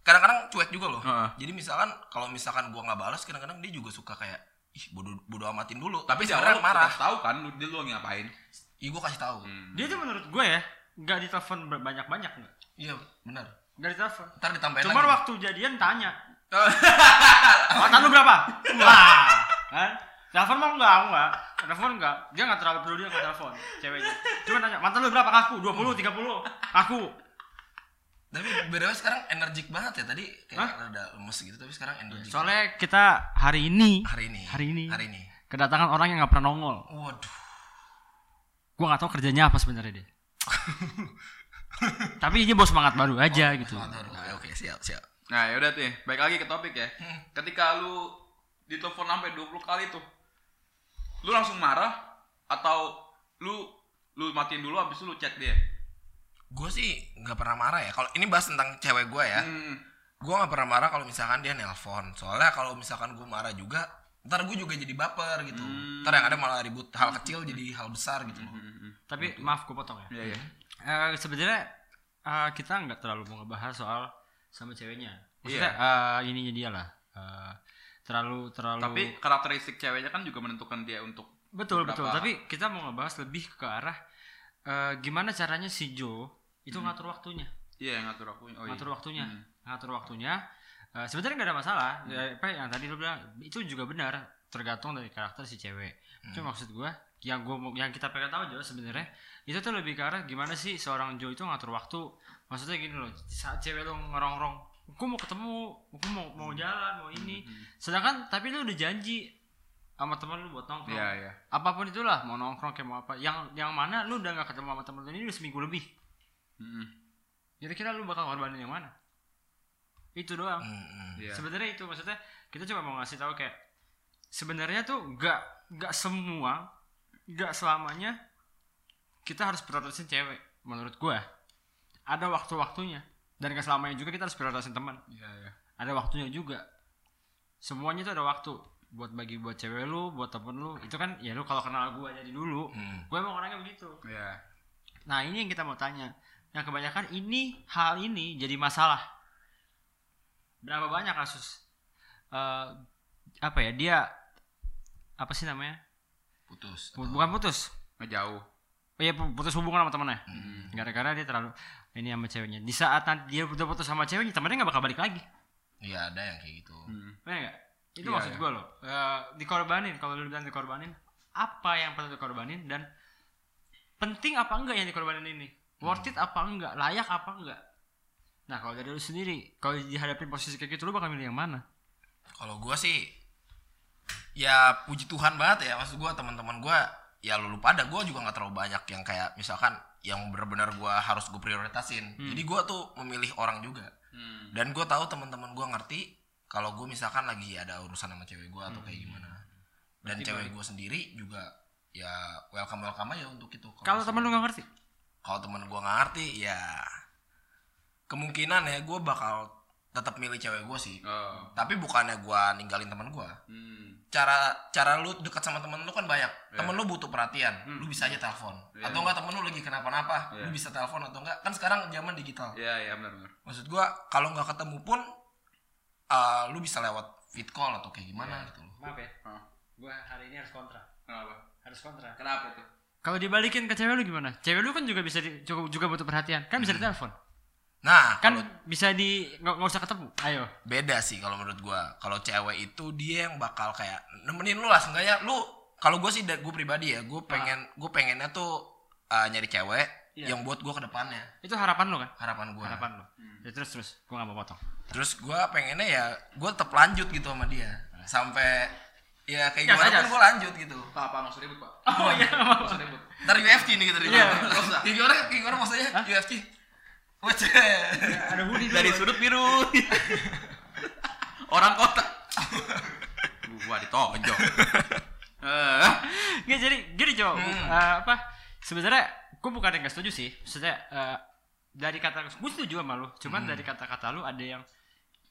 Speaker 4: kadang-kadang cuek juga loh
Speaker 1: Heeh.
Speaker 4: jadi misalkan kalau misalkan gue nggak balas kadang-kadang dia juga suka kayak ih bodo bodo amatin dulu
Speaker 1: tapi
Speaker 4: tapi
Speaker 1: dia
Speaker 4: sekarang marah
Speaker 1: tahu kan lu dia lu lagi ngapain
Speaker 4: Iya gue kasih tahu.
Speaker 1: Hmm.
Speaker 3: Dia tuh menurut gue ya, enggak ditelepon ber- banyak-banyak enggak.
Speaker 4: Iya benar.
Speaker 3: Enggak ditelepon.
Speaker 4: Ntar ditambahin
Speaker 3: Cuman
Speaker 4: lagi.
Speaker 3: waktu jadian tanya. Oh. Mantan lu berapa? Wah. Kan? Telepon mah enggak, aku enggak. Telepon enggak. Dia enggak terlalu peduli sama telepon ceweknya. Cuma nanya, mantan lu berapa? Aku 20, 30. Aku.
Speaker 4: Tapi beda sekarang energik banget ya tadi kayak
Speaker 3: Hah?
Speaker 4: rada lemes gitu tapi sekarang energik.
Speaker 3: Soalnya kita hari ini
Speaker 4: hari ini.
Speaker 3: Hari ini.
Speaker 4: Hari ini.
Speaker 3: kedatangan orang yang nggak pernah nongol.
Speaker 4: Waduh.
Speaker 3: Gua nggak tahu kerjanya apa sebenarnya dia. Tapi dia bawa semangat baru aja gitu.
Speaker 4: Aduh, oke, oke, siap siap. Hmm.
Speaker 1: nah yaudah tuh ya. baik lagi ke topik ya ketika lu ditelepon sampai 20 kali tuh lu langsung marah atau lu lu matiin dulu habis itu lu chat dia
Speaker 4: Gue sih nggak pernah marah ya. Kalau ini bahas tentang cewek gue ya.
Speaker 1: hmm.
Speaker 4: Gue nggak pernah marah kalau misalkan dia nelpon. Soalnya kalau misalkan gue marah juga, ntar gue juga jadi baper gitu. Ntar yang ada malah ribut hal kecil jadi hal besar gitu loh.
Speaker 3: Tapi maaf gue potong ya.
Speaker 1: Hmm, iya iya
Speaker 4: Hmm.
Speaker 3: Eh, sebenarnya eh, kita nggak terlalu mau ngebahas soal sama ceweknya. Maksudnya eh, ininya dia lah. Eh, terlalu terlalu.
Speaker 1: tapi karakteristik ceweknya kan juga menentukan dia untuk
Speaker 3: betul betul.
Speaker 1: beberapa-
Speaker 3: Tapi kita mau ngebahas lebih ke arah eh, gimana caranya si Jo itu ngatur waktunya.
Speaker 1: iya ngatur aku oh, iya.
Speaker 3: ngatur waktunya
Speaker 1: Hmm.
Speaker 3: ngatur waktunya Eh, sebenarnya nggak ada masalah Ya, apa yang tadi lu bilang itu juga benar tergantung dari karakter si cewek cuma
Speaker 1: Hmm.
Speaker 3: maksud gua yang gua mau- yang kita pengen tahu juga sebenarnya itu tuh lebih ke arah gimana sih seorang Jo itu ngatur waktu maksudnya gini loh saat cewek lo ngerongrong gua mau ketemu gua mau mau
Speaker 1: Hmm.
Speaker 3: jalan mau ini sedangkan tapi lu udah janji sama teman lu buat nongkrong
Speaker 1: iya iya
Speaker 3: apapun itulah mau nongkrong kayak mau apa yang yang mana lu udah nggak ketemu sama teman lu ini udah seminggu lebih
Speaker 1: Mm-mm.
Speaker 3: kira-kira lu bakal korbanin yang mana itu doang
Speaker 4: Hmm,
Speaker 1: Iya.
Speaker 3: sebenarnya itu maksudnya kita cuma mau ngasih tahu kayak sebenarnya tuh gak gak semua gak selamanya kita harus prioritasin cewek menurut gua ada waktu-waktunya dan gak selamanya juga kita harus prioritasin teman
Speaker 1: Iya, iya.
Speaker 3: ada waktunya juga semuanya tuh ada waktu buat bagi buat cewek lu buat temen lu itu kan ya lu kalau kenal gua jadi dulu
Speaker 4: hmm.
Speaker 3: gua emang orangnya begitu
Speaker 1: Iya.
Speaker 3: Nah ini yang kita mau tanya. Yang kebanyakan ini hal ini jadi masalah. Berapa banyak kasus eh, apa ya dia apa sih namanya?
Speaker 4: Putus.
Speaker 3: Bu- Bukan putus.
Speaker 1: ngejauh
Speaker 3: Iya pu- putus hubungan sama temennya.
Speaker 1: Hmm.
Speaker 3: Gara-gara dia terlalu ini sama ceweknya. Di saat nanti dia udah putus sama ceweknya, temennya nggak bakal balik lagi.
Speaker 4: Iya ada yang kayak gitu.
Speaker 1: Hmm.
Speaker 3: Benar nggak? Itu
Speaker 1: Iya,
Speaker 3: maksud
Speaker 1: iya.
Speaker 3: gua loh. Eh, dikorbanin kalau lu bilang dikorbanin, apa yang perlu dikorbanin dan penting apa enggak yang dikorbanin ini? Worth it apa enggak? Layak apa enggak? Nah, kalau dari lu sendiri, kalau dihadapin posisi kayak gitu lu bakal milih yang mana?
Speaker 4: Kalau gua sih ya puji Tuhan banget ya maksud gua teman-teman gua ya lu lupa ada gua juga nggak terlalu banyak yang kayak misalkan yang benar-benar gua harus gue prioritasin. Jadi gua tuh memilih orang juga.
Speaker 1: Hmm.
Speaker 4: Dan gua tahu teman-teman gua ngerti kalau gue misalkan lagi ada urusan sama cewek gua atau kayak gimana. Dan cewek Hmm. gua sendiri juga ya welcome welcome aja untuk itu. Kalau
Speaker 3: Kalau teman lu gak ngerti,
Speaker 4: kalau temen gue nggak ngerti ya kemungkinan ya gue bakal tetap milih cewek gue sih
Speaker 1: Oh.
Speaker 4: tapi bukannya gue ninggalin temen gue
Speaker 1: Hmm.
Speaker 4: cara cara lu dekat sama temen lu kan banyak temen lu butuh perhatian lu bisa aja telepon
Speaker 1: Iya.
Speaker 4: atau enggak temen lu lagi kenapa-napa lu bisa telepon atau enggak kan sekarang zaman digital
Speaker 1: Iya, iya benar benar.
Speaker 4: maksud gue kalau nggak ketemu pun eh, lu bisa lewat vid call atau kayak gimana gitu loh
Speaker 3: maaf ya,
Speaker 1: Hah.
Speaker 3: gua hari ini harus kontra,
Speaker 1: Oh. Kenapa?
Speaker 3: harus kontra.
Speaker 1: Kenapa tuh?
Speaker 3: Kalau dibalikin ke cewek lu gimana? Cewek lu kan juga bisa di, juga, juga butuh perhatian, kan bisa ditelepon,
Speaker 4: nah
Speaker 3: kan
Speaker 4: kalau
Speaker 3: bisa di nggak nggak usah ketemu. Ayo,
Speaker 4: beda sih kalau menurut gua kalau cewek itu dia yang bakal kayak nemenin lu lah seenggaknya lu kalau gua sih gue pribadi ya
Speaker 3: Ah.
Speaker 4: gue pengen gue pengennya tuh uh, nyari cewek yang buat gua ke depannya
Speaker 3: itu harapan lu kan?
Speaker 4: harapan gua
Speaker 3: Iya. Harapan lu. Ya, terus terus, gua nggak mau potong.
Speaker 4: terus gua pengennya ya gua tetap lanjut gitu sama dia sampai ya kayak
Speaker 3: Gas,
Speaker 4: gimana
Speaker 3: gas.
Speaker 4: pun gue lanjut gitu
Speaker 1: Pak, apa nggak usah ribut pak?
Speaker 3: Oh iya,
Speaker 1: Nggak usah ribut.
Speaker 4: ntar UFC nih gitu
Speaker 3: Iya.
Speaker 4: Nggak usah. kayak gimana kayak gimana maksudnya UFC Wajah.
Speaker 3: ada hoodie
Speaker 1: Dari sudut biru. Orang kota. Gua ditonjok. Eh,
Speaker 3: Nggak jadi gini cowok Eh, apa sebenarnya gue bukan yang nggak setuju sih maksudnya eh, dari kata gue setuju sama lu cuman dari kata-kata lu ada yang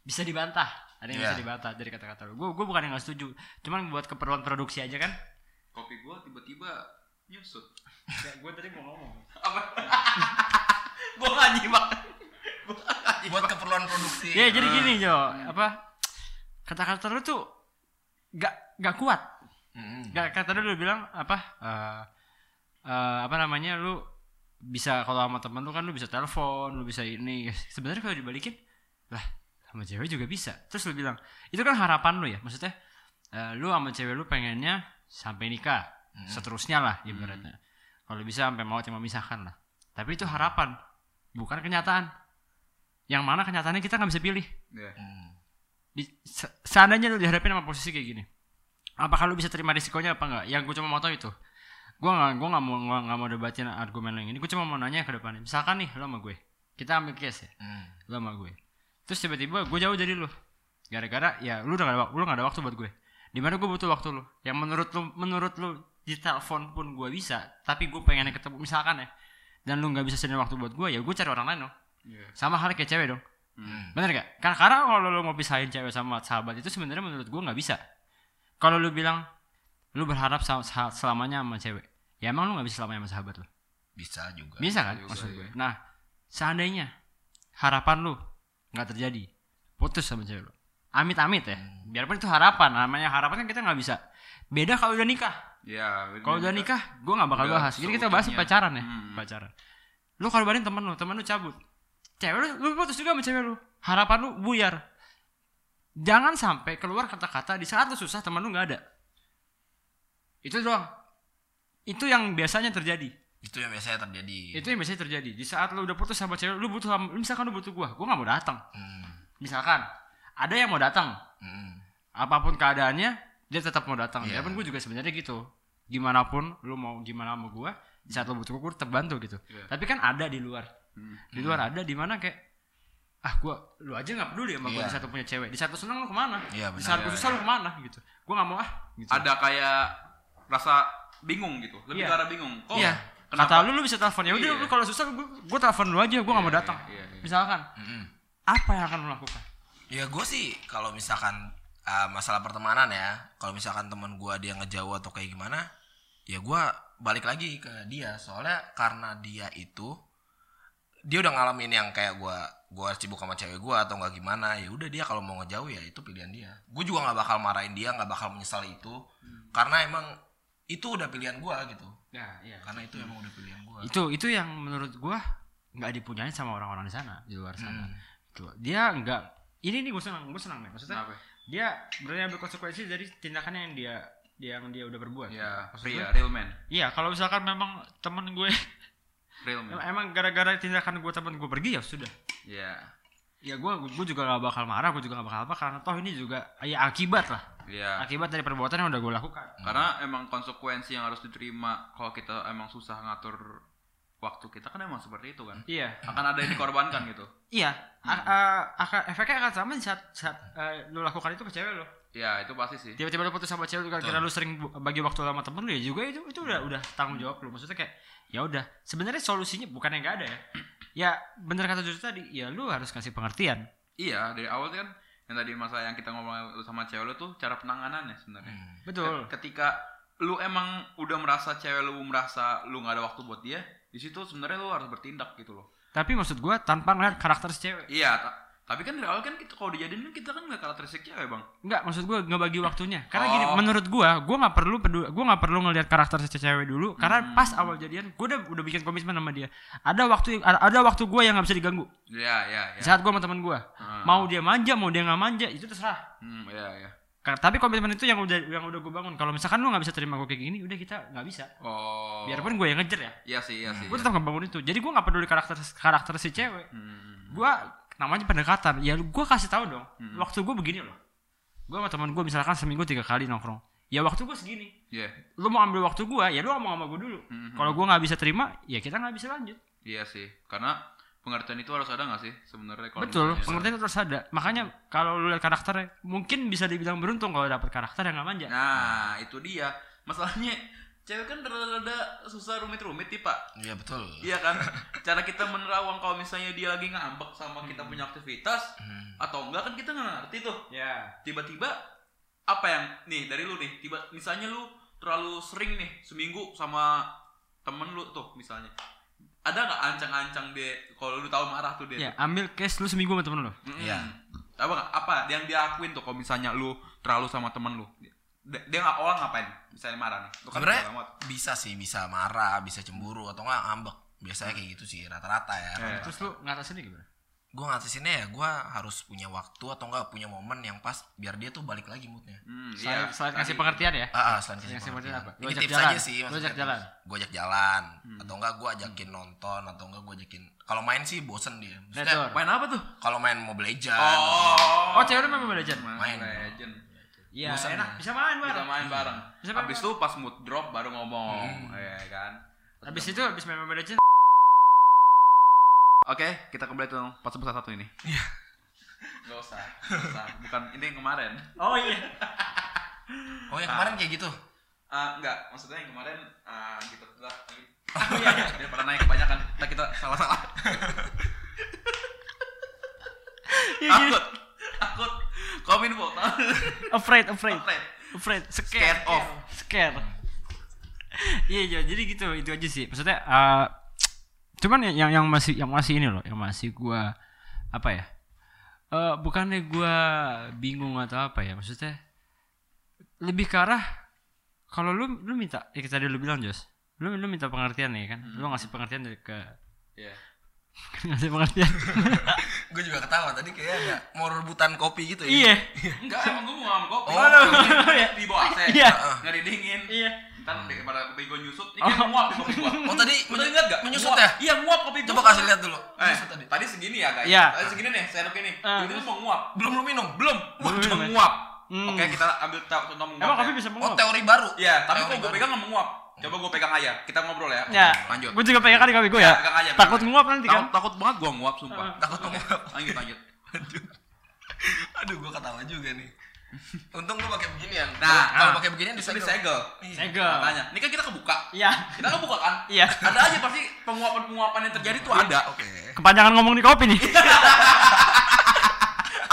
Speaker 3: bisa dibantah ada yang
Speaker 4: Iya.
Speaker 3: bisa dibantah dari kata-kata lu gue gue bukan yang nggak setuju cuman buat keperluan produksi aja kan
Speaker 1: kopi gua tiba-tiba nyusut.
Speaker 3: ya gue tadi mau ngomong
Speaker 1: Apa? gua nggak nyimak. Gua nggak nyimak.
Speaker 4: buat keperluan produksi
Speaker 3: ya jadi gini Jo apa kata-kata lu tuh gak gak kuat
Speaker 4: Mm-mm.
Speaker 3: gak kata kan lu lu bilang apa eh, eh, apa namanya lu bisa kalau sama temen lu kan lu bisa telepon lu bisa ini sebenarnya kalau dibalikin lah sama cewek juga bisa terus lu bilang itu kan harapan lu ya maksudnya eh, lu sama cewek lu pengennya sampai nikah seterusnya lah ibaratnya kalau bisa sampai mau cuma misahkan lah tapi itu harapan bukan kenyataan yang mana kenyataannya kita nggak bisa pilih
Speaker 1: Iya.
Speaker 4: Mm.
Speaker 3: di, se- seandainya lu dihadapin sama posisi kayak gini apakah lu bisa terima risikonya apa enggak yang gue cuma mau tahu itu gue nggak gua nggak mau nggak nggak mau debatin argumen yang ini gue cuma mau nanya ke depannya misalkan nih lo sama gue kita ambil case ya
Speaker 4: Mm.
Speaker 3: lo sama gue terus tiba-tiba gue jauh dari lo gara-gara ya lu udah gak ada, wak- lu gak ada waktu buat gue dimana gue butuh waktu lo yang menurut lu menurut lu di telepon pun gue bisa tapi gue pengennya ketemu misalkan ya dan lu nggak bisa sediain waktu buat gue ya gue cari orang lain dong
Speaker 1: Iya.
Speaker 3: sama halnya kayak cewek dong
Speaker 4: Mm.
Speaker 3: Bener gak? Karena, karena kalau lo mau pisahin cewek sama sahabat itu sebenarnya menurut gue nggak bisa. Kalau lo bilang lo berharap sa- sa- selamanya sama cewek, ya emang lo nggak bisa selamanya sama sahabat lo.
Speaker 4: bisa juga
Speaker 3: Bisa kan?
Speaker 1: Bisa,
Speaker 3: Maksud
Speaker 1: iya.
Speaker 3: gue. Nah, seandainya harapan lo nggak terjadi, putus sama cewek lo. Amit-amit ya. Biarpun itu harapan, namanya harapan kan kita nggak bisa. Beda kalau udah nikah.
Speaker 1: Iya.
Speaker 3: Kalau udah nikah, gue nggak bakal
Speaker 1: Udah
Speaker 3: bahas. Jadi kita bahas
Speaker 1: seutuhnya.
Speaker 3: pacaran ya,
Speaker 1: Hmm.
Speaker 3: pacaran. Lu korbanin temen lu, temen lu cabut. Cewek lu, lu putus juga sama cewek lu. Harapan lu buyar. Jangan sampai keluar kata-kata di saat lu susah temen lu nggak ada. Itu doang. Itu yang biasanya terjadi.
Speaker 4: itu yang biasanya
Speaker 1: Iya.
Speaker 4: terjadi
Speaker 3: Itu yang biasanya terjadi. Di saat lu udah putus sama cewek, lu butuh, sama- misalkan lu butuh gua, gua nggak mau datang.
Speaker 4: Mm.
Speaker 3: Misalkan ada yang mau datang,
Speaker 4: Mm.
Speaker 3: apapun keadaannya dia tetap mau datang.
Speaker 4: Iya.
Speaker 3: Biarpun gue juga sebenarnya gitu. Gimana pun lu mau gimana sama gue, di saat lu butuh gue tetap bantu gitu.
Speaker 1: Iya.
Speaker 3: Tapi kan ada di luar.
Speaker 1: Hmm.
Speaker 3: Di luar ada di mana kayak ah gue lu aja nggak peduli sama gue
Speaker 4: Iya.
Speaker 3: di saat lu punya cewek. Di saat lu seneng lu kemana?
Speaker 4: Iya,
Speaker 3: di
Speaker 4: benar.
Speaker 3: saat lu
Speaker 1: Iya,
Speaker 3: susah lu kemana gitu. Gue nggak mau ah. Gitu.
Speaker 1: Ada kayak rasa bingung gitu.
Speaker 3: Iya.
Speaker 1: Lebih ke arah bingung. Kok?
Speaker 3: Iya. Kata
Speaker 1: Kenapa?
Speaker 3: lu lu bisa telepon ya udah
Speaker 1: Iya.
Speaker 3: lu kalau susah gue gue telepon lu aja gue nggak mau
Speaker 1: Iya,
Speaker 3: datang.
Speaker 1: iya, iya.
Speaker 3: Misalkan
Speaker 4: Mm-mm.
Speaker 3: apa yang akan lu lakukan?
Speaker 4: Ya gue sih kalau misalkan uh, masalah pertemanan ya, kalau misalkan teman gua dia ngejauh atau kayak gimana, ya gua balik lagi ke dia. Soalnya karena dia itu dia udah ngalamin yang kayak gua gua sibuk sama cewek gua atau nggak gimana ya udah dia kalau mau ngejauh ya itu pilihan dia gue juga nggak bakal marahin dia nggak bakal menyesal itu karena emang itu udah pilihan gua gitu
Speaker 1: Ya,
Speaker 3: Nah, iya.
Speaker 4: karena itu emang udah pilihan gua
Speaker 3: itu itu yang menurut gua nggak dipunyai sama orang-orang di sana di luar sana
Speaker 4: Hmm.
Speaker 3: Tuh, Gitu. dia nggak ini nih gue senang gue senang nih maksudnya
Speaker 1: Kenapa?
Speaker 3: dia berani ambil konsekuensi dari tindakan yang dia yang dia udah berbuat
Speaker 1: Ya,
Speaker 3: Maksud
Speaker 1: pria,
Speaker 3: gua,
Speaker 1: real man.
Speaker 3: iya kalau misalkan memang temen gue
Speaker 1: Real
Speaker 3: em-
Speaker 1: man.
Speaker 3: emang gara-gara tindakan gue temen gue pergi ya sudah
Speaker 1: Iya.
Speaker 3: ya gue gue juga gak bakal marah gue juga gak bakal apa karena toh ini juga ya akibat lah
Speaker 1: Iya.
Speaker 3: akibat dari perbuatan yang udah gue lakukan
Speaker 1: karena emang konsekuensi yang harus diterima kalau kita emang susah ngatur waktu kita kan emang seperti itu kan
Speaker 3: Iya.
Speaker 1: akan ada yang dikorbankan gitu
Speaker 3: Iya. A- a- akan- efeknya akan sama di saat, saat eh, lu lakukan itu ke cewek lu.
Speaker 1: ya itu pasti sih
Speaker 3: Tiba-tiba lu putus sama cewek lu gara-gara lu sering bu- bagi waktu sama temen lu ya juga itu itu udah udah tanggung jawab lu. Maksudnya kayak ya udah sebenarnya solusinya bukan yang gak ada ya. Ya bener kata Jujur tadi, ya lu harus kasih pengertian.
Speaker 1: iya dari awal kan yang tadi masalah yang kita ngomong sama cewek lu tuh cara penanganannya sebenarnya
Speaker 4: Hmm.
Speaker 3: Betul.
Speaker 1: ketika lu emang udah merasa cewek lu merasa lu nggak ada waktu buat dia di situ sebenarnya lu harus bertindak gitu loh
Speaker 3: Tapi maksud gua tanpa ngeliat karakter si cewek.
Speaker 1: iya ta- tapi kan dari awal kan kita kalau dijadiin kan kita kan nggak karakteristik cewek bang
Speaker 3: Enggak, maksud gue ngebagi waktunya. Karena gini,
Speaker 1: Oh.
Speaker 3: menurut gue, gue nggak perlu peduli, gue nggak perlu ngelihat karakter si cewek dulu. Karena pas awal jadian, gue udah udah bikin komitmen sama dia. Ada waktu ada ada waktu gue yang nggak bisa diganggu.
Speaker 1: iya iya
Speaker 3: Di
Speaker 1: iya
Speaker 3: Saat gue sama teman gue,
Speaker 1: Hmm.
Speaker 3: mau dia manja, mau dia nggak manja, itu terserah.
Speaker 1: Hmm, iya iya
Speaker 3: Karena, tapi komitmen itu yang udah yang udah gue bangun. Kalau misalkan lu nggak bisa terima gue kayak gini, udah kita nggak bisa.
Speaker 1: oh
Speaker 3: Biarpun gue yang ngejar ya,
Speaker 1: iya sih iya sih
Speaker 3: gue tetap ngebangun itu. Jadi gue nggak peduli karakter karakter si cewek.
Speaker 1: Hmm.
Speaker 3: gue namanya pendekatan ya gue kasih tahu dong waktu gue begini loh gue sama teman gue misalkan seminggu tiga kali nongkrong ya waktu gue segini
Speaker 1: iya
Speaker 3: lu mau ambil waktu gue ya lu ngomong sama gue dulu
Speaker 1: Hmm,
Speaker 3: kalau gue nggak bisa terima ya kita nggak bisa lanjut
Speaker 1: Iya sih, karena pengertian itu harus ada nggak sih sebenarnya? kalau
Speaker 3: betul
Speaker 1: misalnya-
Speaker 3: pengertian itu terus ada makanya kalau lu lihat karakternya mungkin bisa dibilang beruntung kalau dapet karakter yang nggak manja
Speaker 1: Nah, itu dia. Masalahnya cewek kan rada-rada susah rumit-rumit nih pak.
Speaker 4: Iya betul.
Speaker 1: Iya kan? Cara kita menerawang kalau misalnya dia lagi ngambek sama kita punya aktivitas
Speaker 4: Hmm.
Speaker 1: atau enggak kan kita nggak ngerti tuh.
Speaker 3: ya
Speaker 1: Tiba-tiba apa yang nih dari lu nih? Tiba misalnya lu terlalu sering nih seminggu sama temen lu tuh misalnya. Ada nggak ancang-ancang dia kalau lu tahu marah tuh
Speaker 3: ya
Speaker 1: dia?
Speaker 3: ambil case lu seminggu sama temen lu
Speaker 1: Iya.
Speaker 4: Iya.
Speaker 1: Apa nggak- apa yang dia lakuin tuh kalau misalnya lu terlalu sama temen lu? Dia, dia nggak orang ngapain? Misalnya marah nih. Lu kan
Speaker 4: Sebenarnya
Speaker 1: udah lama.
Speaker 4: bisa sih, bisa marah, bisa cemburu atau nggak ngambek. Biasanya kayak gitu sih rata-rata ya.
Speaker 1: Iya.
Speaker 3: terus lu ngatasinnya gimana
Speaker 4: Gue ngatasinnya ya, gue harus punya waktu atau nggak punya momen yang pas biar dia tuh balik lagi moodnya.
Speaker 1: Hmm,
Speaker 3: selain,
Speaker 1: iya.
Speaker 3: selain kasih
Speaker 1: Tadi-
Speaker 3: pengertian ya
Speaker 4: Ah, ah, selain
Speaker 3: Yang
Speaker 4: kasih
Speaker 3: seperti
Speaker 4: pengertian.
Speaker 3: apa? Lu
Speaker 4: Ini
Speaker 3: ajak
Speaker 4: tips
Speaker 3: jalan.
Speaker 4: aja sih,
Speaker 3: Lu
Speaker 4: maksudnya
Speaker 3: ajak jalan. Hmm.
Speaker 4: Gue ajak jalan, atau enggak gue ajakin nonton, atau enggak gue ajakin. Kalau main sih bosen dia.
Speaker 3: Dead or.
Speaker 4: Maksudnya
Speaker 1: Main apa tuh?
Speaker 4: kalau main Mobile Legends,
Speaker 1: Oh,
Speaker 3: oh cewek lu main Mobile Legends?
Speaker 1: main
Speaker 4: Main.
Speaker 1: legend.
Speaker 3: iya
Speaker 4: Bosan
Speaker 3: enak
Speaker 4: ya.
Speaker 3: bisa main
Speaker 1: Kita
Speaker 3: bareng
Speaker 1: main bareng.
Speaker 3: Bisa main
Speaker 1: Habis itu pas mood drop baru ngomong, iya kan.
Speaker 3: habis itu habis main Mobile Legends
Speaker 1: Oke, kita kembali ke pas besar satu ini. Iya. Gak usah, gak usah. Bukan ini yang kemarin.
Speaker 3: oh iya
Speaker 4: Oh yang kemarin kayak gitu.
Speaker 1: Ah, enggak, maksudnya yang kemarin ah gitu lah. Oh iya, iya. Daripada naik kebanyakan, kita kita salah-salah.
Speaker 3: Iya, gini.
Speaker 1: takut takut kominfo
Speaker 3: afraid afraid
Speaker 1: Afraid.
Speaker 3: afraid
Speaker 1: Scared of.
Speaker 3: scare iya iya, jadi gitu itu aja sih maksudnya eh, cuman ya, yang- yang yang masih yang masih ini loh yang masih gua apa ya Eh bukannya gua bingung atau apa ya maksudnya lebih ke arah kalau lu lu minta ya tadi lu bilang Jos lu lu minta pengertian nih kan lu ngasih pengertian dari ke
Speaker 1: Iya.
Speaker 3: ngasih pengertian
Speaker 4: Gue juga ketawa tadi kayak ada mau rebutan kopi gitu ya.
Speaker 3: iya
Speaker 1: enggak emang gue mau ngomong kopi
Speaker 4: Oh, no.
Speaker 1: Iya, di bawah AC
Speaker 3: Iya.
Speaker 1: ngeri dingin
Speaker 3: iya
Speaker 1: ntar daripada kopi gue nyusut ini kayak nguap di kopi gue
Speaker 4: Oh tadi
Speaker 1: Lu
Speaker 4: menyu-
Speaker 1: ingat gak?
Speaker 4: menyusut
Speaker 1: Nguap.
Speaker 4: ya?
Speaker 1: Iya nguap kopi gua.
Speaker 4: Coba kasih lihat dulu.
Speaker 1: Eh,
Speaker 4: Menyusut
Speaker 1: tadi.
Speaker 4: tadi.
Speaker 1: segini ya guys
Speaker 3: Iya.
Speaker 1: Tadi segini nih, sendok ini
Speaker 3: Eh.
Speaker 1: Tiba-tiba mau nguap
Speaker 4: Belum lu minum.
Speaker 1: Belum
Speaker 3: Belum,
Speaker 1: Udah
Speaker 3: belum.
Speaker 1: nguap
Speaker 3: Hmm.
Speaker 1: Oke kita ambil ta- contoh menguap
Speaker 3: emang
Speaker 1: ya.
Speaker 3: kopi bisa
Speaker 4: Oh
Speaker 3: menguap
Speaker 4: teori baru.
Speaker 1: Iya, tapi
Speaker 4: Teori
Speaker 1: kok gue
Speaker 4: baru.
Speaker 1: pegang nggak menguap Coba gue pegang aja, kita ngobrol ya
Speaker 3: ya
Speaker 1: Lanjut
Speaker 3: gua juga pengen kali kopi gua ya
Speaker 1: Pegang aja
Speaker 3: takut
Speaker 1: pegang aja.
Speaker 3: nguap nanti kan
Speaker 1: Takut- Takut banget gue nguap sumpah
Speaker 3: Ah.
Speaker 4: Takut menguap.
Speaker 1: Lanjut lanjut
Speaker 4: Aduh gue ketawa juga nih. Untung lu pakai beginian.
Speaker 1: Nah,
Speaker 4: kalau
Speaker 1: nah.
Speaker 4: pakai beginian
Speaker 1: Itu
Speaker 4: disegel.
Speaker 1: disegel
Speaker 3: Iya. segel
Speaker 1: Makanya, ini kan kita kebuka
Speaker 3: iya
Speaker 1: kita kan buka kan
Speaker 3: iya
Speaker 1: ada aja pasti penguapan-penguapan yang terjadi tuh ada
Speaker 4: Ada, oke.
Speaker 3: kepanjangan ngomong di kopi nih
Speaker 1: Iya.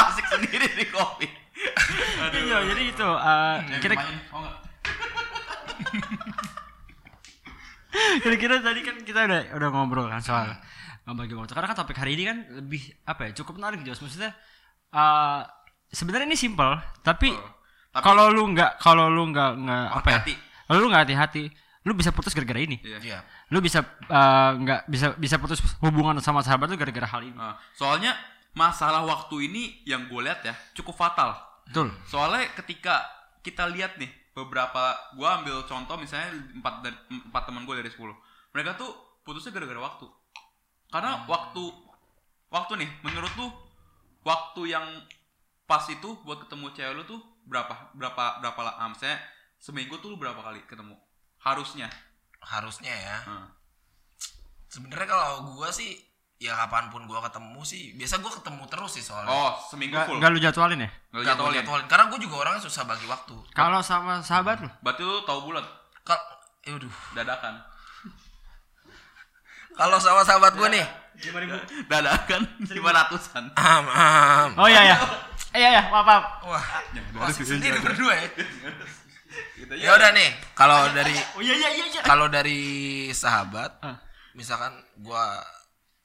Speaker 1: asik sendiri di kopi
Speaker 3: iya jadi gitu
Speaker 1: Ya,
Speaker 3: eh, kira kira kira tadi kan kita udah udah ngobrol kan soal bagi waktu karena kan topik hari ini kan lebih apa ya cukup menarik Jos maksudnya eh, sebenarnya ini simple tapi
Speaker 1: Oh, tapi-
Speaker 3: kalau lu nggak kalau lu nggak nggak apa ya
Speaker 1: Hati-hati.
Speaker 3: kalau lu nggak hati-hati lu bisa putus gara-gara ini
Speaker 1: Iya.
Speaker 4: Iya.
Speaker 3: lu bisa eh, nggak bisa bisa putus hubungan sama sahabat lu gara-gara hal ini
Speaker 1: Nah, soalnya masalah waktu ini yang gue lihat ya cukup fatal
Speaker 3: betul
Speaker 1: soalnya ketika kita lihat nih beberapa gue ambil contoh misalnya empat dari empat teman gue dari 10 mereka tuh putusnya gara-gara waktu karena waktu waktu nih menurut lu waktu yang pas itu buat ketemu cewek lu tuh berapa berapa berapa lah ah, misalnya seminggu tuh lu berapa kali ketemu harusnya
Speaker 4: Harusnya ya.
Speaker 1: Hmm.
Speaker 4: Sebenarnya kalau gua sih ya kapanpun gua ketemu sih, biasa gua ketemu terus sih soalnya.
Speaker 1: Oh, seminggu
Speaker 3: Nggak
Speaker 1: full.
Speaker 3: nggak lu jadwalin ya?
Speaker 1: Nggak
Speaker 4: Nggak gua
Speaker 1: jadwalin.
Speaker 4: jadwalin. Karena gua juga orangnya susah bagi waktu.
Speaker 3: Kalau sama sahabat lu?
Speaker 1: Berarti lu tahu bulat
Speaker 4: Kalau aduh,
Speaker 1: dadakan.
Speaker 4: kalau sama sahabat gua nih,
Speaker 1: Dadakan 500-an.
Speaker 4: am, am.
Speaker 3: Oh iya ya. Iya ya, maaf, maaf.
Speaker 4: Wah,
Speaker 1: baru
Speaker 4: masih
Speaker 1: sih,
Speaker 4: sendiri
Speaker 1: baru.
Speaker 4: berdua ya.
Speaker 1: Gitu
Speaker 4: Ya udah nih, kalau dari
Speaker 3: Oh iya iya iya. iya.
Speaker 4: kalau dari sahabat,
Speaker 3: Ah.
Speaker 4: misalkan gua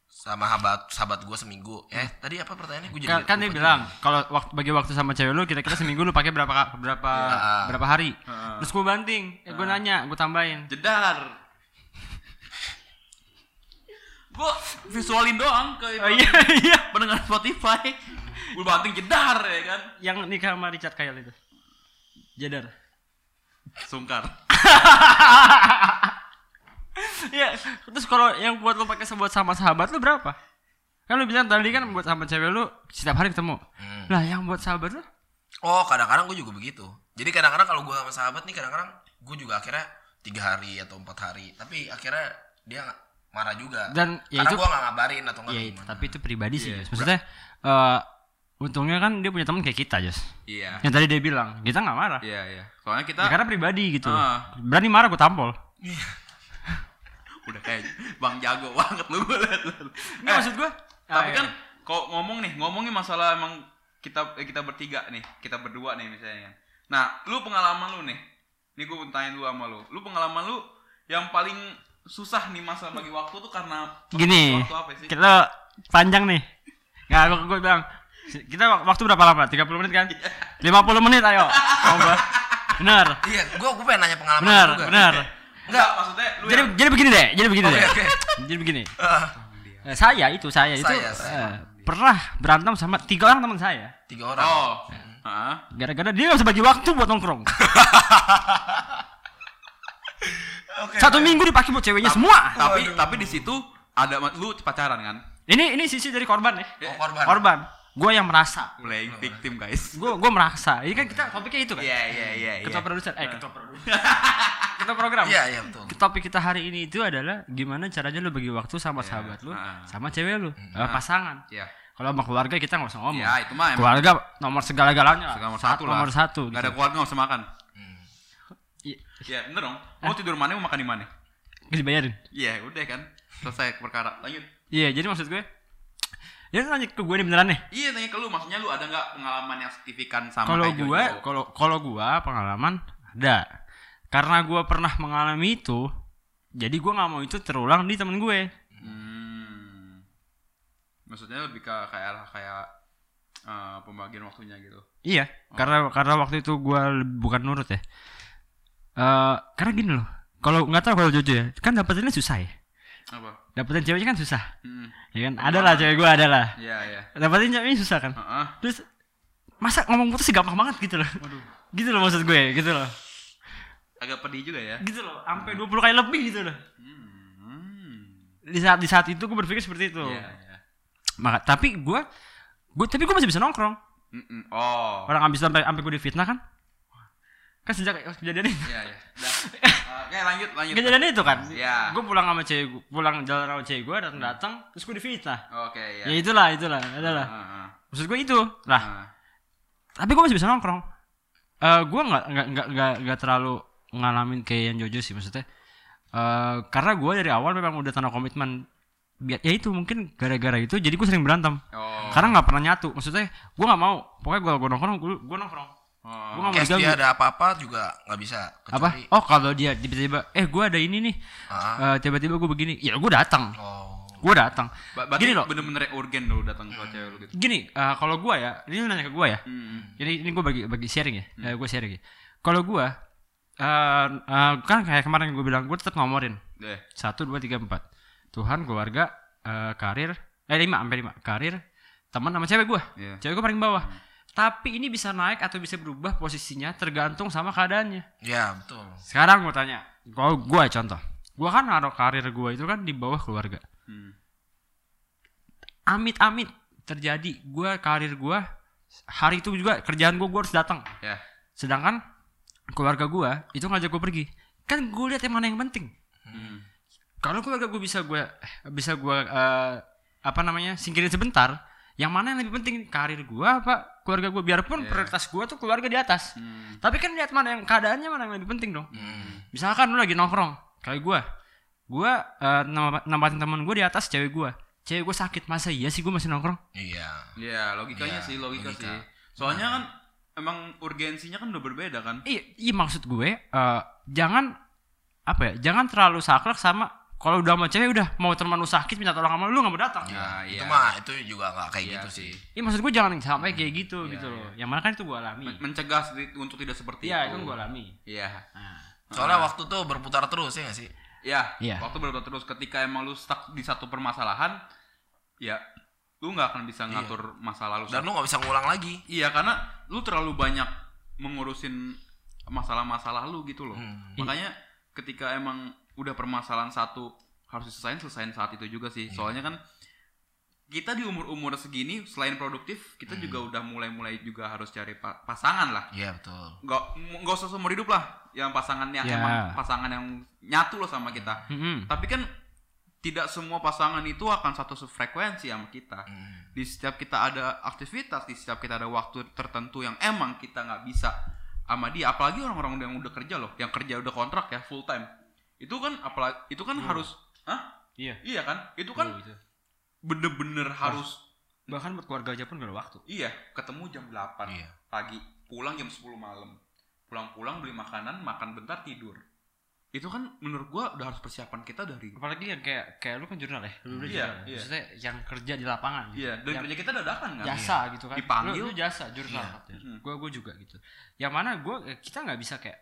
Speaker 4: sama sahabat sahabat gua seminggu, eh tadi apa pertanyaannya? Gua jadi
Speaker 3: Hmm. Kan, kan dia
Speaker 4: lupa.
Speaker 3: bilang kalau waktu bagi waktu sama cewek lu kira-kira seminggu lu pakai berapa ka- berapa
Speaker 4: Iya.
Speaker 3: berapa hari.
Speaker 1: Heeh.
Speaker 3: Terus gue banting, eh, gue nanya, gue tambahin.
Speaker 1: Jedar. Gua visualin doang ke
Speaker 3: Oh iya iya.
Speaker 1: pendengar Spotify. Gua banting jedar ya kan.
Speaker 3: Yang nikah sama Richard Kyle itu. Jadar.
Speaker 1: Sungkar.
Speaker 3: Iya. Terus kalau yang buat lu pakai buat sama sahabat lu berapa? Kan lu bilang tadi kan buat sama cewek lu setiap hari ketemu.
Speaker 4: Hmm.
Speaker 3: Lah yang buat sahabat lu?
Speaker 4: Oh, kadang-kadang gue juga begitu. Jadi kadang-kadang kalau gue sama sahabat nih, kadang-kadang gue juga akhirnya tiga hari atau empat hari. Tapi akhirnya dia nggak- marah juga.
Speaker 3: Dan, ya
Speaker 4: karena
Speaker 3: itu-
Speaker 4: gue nggak ngabarin atau nggak
Speaker 3: Iya, itu-
Speaker 4: gimana.
Speaker 3: tapi itu pribadi
Speaker 1: Iya.
Speaker 3: sih, Jos. Maksudnya eh untungnya kan dia punya teman kayak kita, Jos.
Speaker 1: Iya.
Speaker 3: Yang tadi dia bilang, kita nggak marah.
Speaker 1: Iya, iya. Soalnya kita
Speaker 3: Ya, karena pribadi gitu. loh.
Speaker 1: Ah.
Speaker 3: Berani marah gue tampol.
Speaker 1: udah kayak Bang Jago banget lu gua liat lu.
Speaker 3: Nggak, maksud
Speaker 1: Eh,
Speaker 3: Ah, iya. gue.
Speaker 1: tapi kan kok ngomong nih, ngomongin masalah emang kita eh, kita bertiga nih, kita berdua nih misalnya. Nah, lu pengalaman lu nih. Nih gue tanya dulu sama lu. Lu pengalaman lu yang paling susah nih masalah bagi waktu tuh karena
Speaker 3: gini,
Speaker 1: waktu apa sih?
Speaker 3: kita panjang nih. Nggak, gue, gue bilang, kita wak- waktu berapa lama? 30 menit
Speaker 1: Iya.
Speaker 3: kan? 50 menit ayo. Mau gua. Bener,
Speaker 4: Iya, gue gue pengen nanya pengalaman
Speaker 3: bener,
Speaker 4: lu juga.
Speaker 3: bener.
Speaker 1: Enggak, maksudnya lu
Speaker 3: Jadi,
Speaker 1: yang-
Speaker 3: jadi begini deh, jadi begini
Speaker 4: Oke,
Speaker 3: deh.
Speaker 4: oke.
Speaker 3: Jadi begini.
Speaker 4: Ah,
Speaker 3: Eh, saya itu, saya itu
Speaker 4: Saya, saya.
Speaker 3: eh, pernah berantem sama tiga orang teman saya.
Speaker 4: tiga orang.
Speaker 1: Oh. Heeh.
Speaker 3: Gara-gara dia gak bisa bagi waktu buat nongkrong.
Speaker 4: Oke,
Speaker 3: Satu
Speaker 4: baik.
Speaker 3: minggu dipakai buat ceweknya semua.
Speaker 1: Tapi
Speaker 4: Waduh.
Speaker 1: tapi di situ ada lu pacaran kan?
Speaker 3: Ini ini sisi dari korban ya.
Speaker 4: Oh, korban.
Speaker 3: Korban. Gue yang merasa.
Speaker 1: Playing victim guys.
Speaker 3: Gue gue merasa. Ini kan kita topiknya itu kan.
Speaker 1: Iya iya iya.
Speaker 3: Ketua
Speaker 1: iya.
Speaker 3: produser. Eh ketua produser. ketua program.
Speaker 4: Iya, iya betul.
Speaker 3: Topik kita hari ini itu adalah gimana caranya lu bagi waktu sama sahabat lu,
Speaker 1: Ah.
Speaker 3: sama cewek lu, sama pasangan.
Speaker 1: Iya.
Speaker 3: Kalau sama keluarga kita nggak usah ngomong.
Speaker 1: Iya, itu mah emang-
Speaker 3: keluarga nomor segala-galanya. lah.
Speaker 1: Nomor satu lah.
Speaker 3: Nomor satu.
Speaker 1: Gak
Speaker 3: gitu.
Speaker 1: ada keluarga nggak usah makan.
Speaker 3: Iya.
Speaker 1: Iya bener dong. Mau tidur mana mau makan di mana?
Speaker 3: Nggak dibayarin.
Speaker 1: Iya udah kan. Selesai perkara. Lanjut.
Speaker 3: Iya, jadi maksud gue. Ya lu nanya ke gue nih beneran nih.
Speaker 1: Iya tanya ke lu maksudnya lu ada nggak pengalaman yang signifikan sama
Speaker 3: kalau
Speaker 1: kayak
Speaker 3: gua
Speaker 1: Jojo?
Speaker 3: kalau kalau gua pengalaman ada karena gua pernah mengalami itu jadi gua nggak mau itu terulang di temen gue
Speaker 1: Hmm. Maksudnya lebih ke kayak arah kayak eh, pembagian waktunya gitu.
Speaker 3: iya karena karena waktu itu gua le- bukan nurut ya Eh karena gini loh kalau nggak tahu kalau Jojo ya kan dapetinnya susah ya
Speaker 1: Apa?
Speaker 3: dapetin ceweknya kan susah
Speaker 1: Hmm.
Speaker 3: ya kan ada lah cewek gua ada lah
Speaker 1: Iya iya.
Speaker 3: dapetin ceweknya susah kan
Speaker 1: Heeh.
Speaker 3: terus masa ngomong putus sih gampang banget gitu loh gitu loh maksud gue gitu loh
Speaker 1: Agak pedih juga ya.
Speaker 3: gitu loh sampai 20 kali lebih gitu loh
Speaker 1: Hmm.
Speaker 3: di saat di saat itu gue berpikir seperti itu
Speaker 1: Iya iya.
Speaker 3: Maka, tapi gue gue tapi gue masih bisa nongkrong
Speaker 1: Mm-mm. Oh.
Speaker 3: orang abis sampai sampai gue difitnah kan kan sejak kejadian itu
Speaker 1: Iya iya. Udah. Eh, Oke lanjut lanjut.
Speaker 3: kejadian itu kan
Speaker 1: Iya.
Speaker 3: gue pulang sama cewek gua- pulang jalan sama cewek gue datang datang terus gue difitnah
Speaker 1: Oke iya.
Speaker 3: ya itulah itulah adalah
Speaker 1: Heeh, heeh,
Speaker 3: maksud gue itu lah
Speaker 1: heeh.
Speaker 3: tapi gue masih bisa nongkrong Eh gue nggak nggak nggak nggak nggak terlalu ngalamin kayak yang Jojo sih maksudnya Eh karena gue dari awal memang udah tanah komitmen biar ya itu mungkin gara-gara itu jadi gue sering berantem
Speaker 1: Oh.
Speaker 3: karena nggak pernah nyatu maksudnya gue nggak mau pokoknya gue gue nongkrong gue nongkrong
Speaker 1: Oh.
Speaker 3: gue nggak mau
Speaker 4: Case
Speaker 3: diganggu
Speaker 4: dia ada apa-apa juga nggak bisa.
Speaker 3: apa
Speaker 4: kecuali-
Speaker 3: oh kalau dia tiba-tiba eh gue ada ini nih
Speaker 4: Ah.
Speaker 3: Eh, tiba-tiba gue begini ya gue datang
Speaker 4: Oh.
Speaker 3: gue datang
Speaker 1: Ba- berarti
Speaker 3: gini loh
Speaker 1: bener-bener urgen lu datang ke cewek lu gitu.
Speaker 3: gini eh, kalau gue ya ini lu nanya ke gue ya
Speaker 1: Hmm.
Speaker 3: ini ini gue bagi bagi sharing ya gue sharing ya kalau gue eh eh, kan kayak kemarin gue bilang gue tetap ngomorin
Speaker 1: Deh.
Speaker 3: satu dua tiga empat Tuhan keluarga eh, karir eh lima sampai lima karir teman sama cewek gue
Speaker 1: Iya.
Speaker 3: cewek gue paling bawah tapi ini bisa naik atau bisa berubah posisinya tergantung sama keadaannya
Speaker 4: Ya betul.
Speaker 3: Sekarang gue tanya, gua gue contoh, gue kan naruh karir gue itu kan di bawah keluarga.
Speaker 1: Hmm.
Speaker 3: Amit-amit terjadi gue karir gue hari itu juga kerjaan gue gue harus datang.
Speaker 1: Ya.
Speaker 3: Sedangkan keluarga gue itu ngajak gue pergi. Kan gue lihat yang mana yang penting.
Speaker 1: Hmm.
Speaker 3: kalau keluarga gue bisa gue bisa gue eh, apa namanya singkirin sebentar yang mana yang lebih penting karir gue apa keluarga gue biarpun prioritas gue tuh keluarga di atas
Speaker 1: Hmm.
Speaker 3: tapi kan lihat mana yang keadaannya mana yang lebih penting dong
Speaker 4: Hmm,
Speaker 3: misalkan lu lagi nongkrong kayak gue gue eh, nempa- nempatin teman gue di atas cewek gue cewek gue sakit masa iya sih gue masih nongkrong
Speaker 4: Iya.
Speaker 1: Iya, logikanya
Speaker 4: Iya,
Speaker 1: sih, logika,
Speaker 4: logika.
Speaker 1: sih. Soalnya kan emang urgensinya kan udah berbeda kan.
Speaker 3: iya iya maksud gue eh, jangan apa ya jangan terlalu saklek sama kalau udah sama cewek udah mau teman lu sakit minta tolong sama lu nggak mau datang
Speaker 4: Iya.
Speaker 1: Ah, iya.
Speaker 4: Itu mah itu juga nggak kayak
Speaker 1: Iya
Speaker 4: gitu sih.
Speaker 3: Iya maksud gue jangan sampai kayak gitu
Speaker 1: Iya,
Speaker 3: gitu
Speaker 1: iya.
Speaker 3: loh. Yang mana kan itu gue alami.
Speaker 1: Men- Mencegah sedi- untuk tidak seperti
Speaker 3: Iya itu
Speaker 1: itu.
Speaker 3: gue alami.
Speaker 1: Iya.
Speaker 4: Soalnya waktu tuh berputar terus ya nggak sih?
Speaker 1: Iya.
Speaker 3: Iya.
Speaker 1: Waktu berbeda terus ketika emang lu stuck di satu permasalahan, ya lu nggak akan bisa ngatur masa lalu.
Speaker 4: Dan lu nggak bisa ngulang lagi.
Speaker 1: Iya, karena lu terlalu banyak mengurusin masalah-masalah lu gitu loh.
Speaker 4: Hmm.
Speaker 1: Makanya ketika emang udah permasalahan satu harus diselesain, selesain saat itu juga sih. Soalnya kan kita di umur-umur segini selain produktif, kita juga udah mulai-mulai juga harus cari pa- pasangan lah.
Speaker 4: Iya betul.
Speaker 1: nggak nggak usah seumur hidup lah yang pasangannya
Speaker 3: Ya.
Speaker 1: emang pasangan yang nyatu loh sama kita
Speaker 3: Mm-mm.
Speaker 1: tapi kan tidak semua pasangan itu akan satu frekuensi sama kita
Speaker 4: Hmm.
Speaker 1: di setiap kita ada aktivitas di setiap kita ada waktu tertentu yang emang kita nggak bisa sama dia apalagi orang-orang yang udah kerja loh yang kerja udah kontrak ya full time itu kan apalagi itu kan harus Hah?
Speaker 3: Iya.
Speaker 1: iya kan itu kan
Speaker 3: Gitu.
Speaker 1: bener-bener harus
Speaker 3: Bahkan buat keluarga aja pun gak ada waktu.
Speaker 1: Iya, ketemu jam 8
Speaker 4: Iya.
Speaker 1: pagi, pulang jam 10 malam. Pulang-pulang beli makanan, makan bentar tidur. Itu kan menurut gua udah harus persiapan kita dari
Speaker 3: Apalagi yang kayak kayak lu kan jurnal ya. Lu udah
Speaker 1: Iya,
Speaker 3: jurnal.
Speaker 1: iya.
Speaker 3: Maksudnya yang kerja di lapangan. Gitu.
Speaker 1: Iya, dan
Speaker 3: Yang
Speaker 1: kerja kita dadakan kan.
Speaker 3: jasa gitu kan.
Speaker 1: Dipanggil.
Speaker 3: Lu, lu jasa jurnal.
Speaker 4: Iya.
Speaker 3: katanya.
Speaker 1: Hmm.
Speaker 3: Gue gue juga gitu. Yang mana gue kita nggak bisa kayak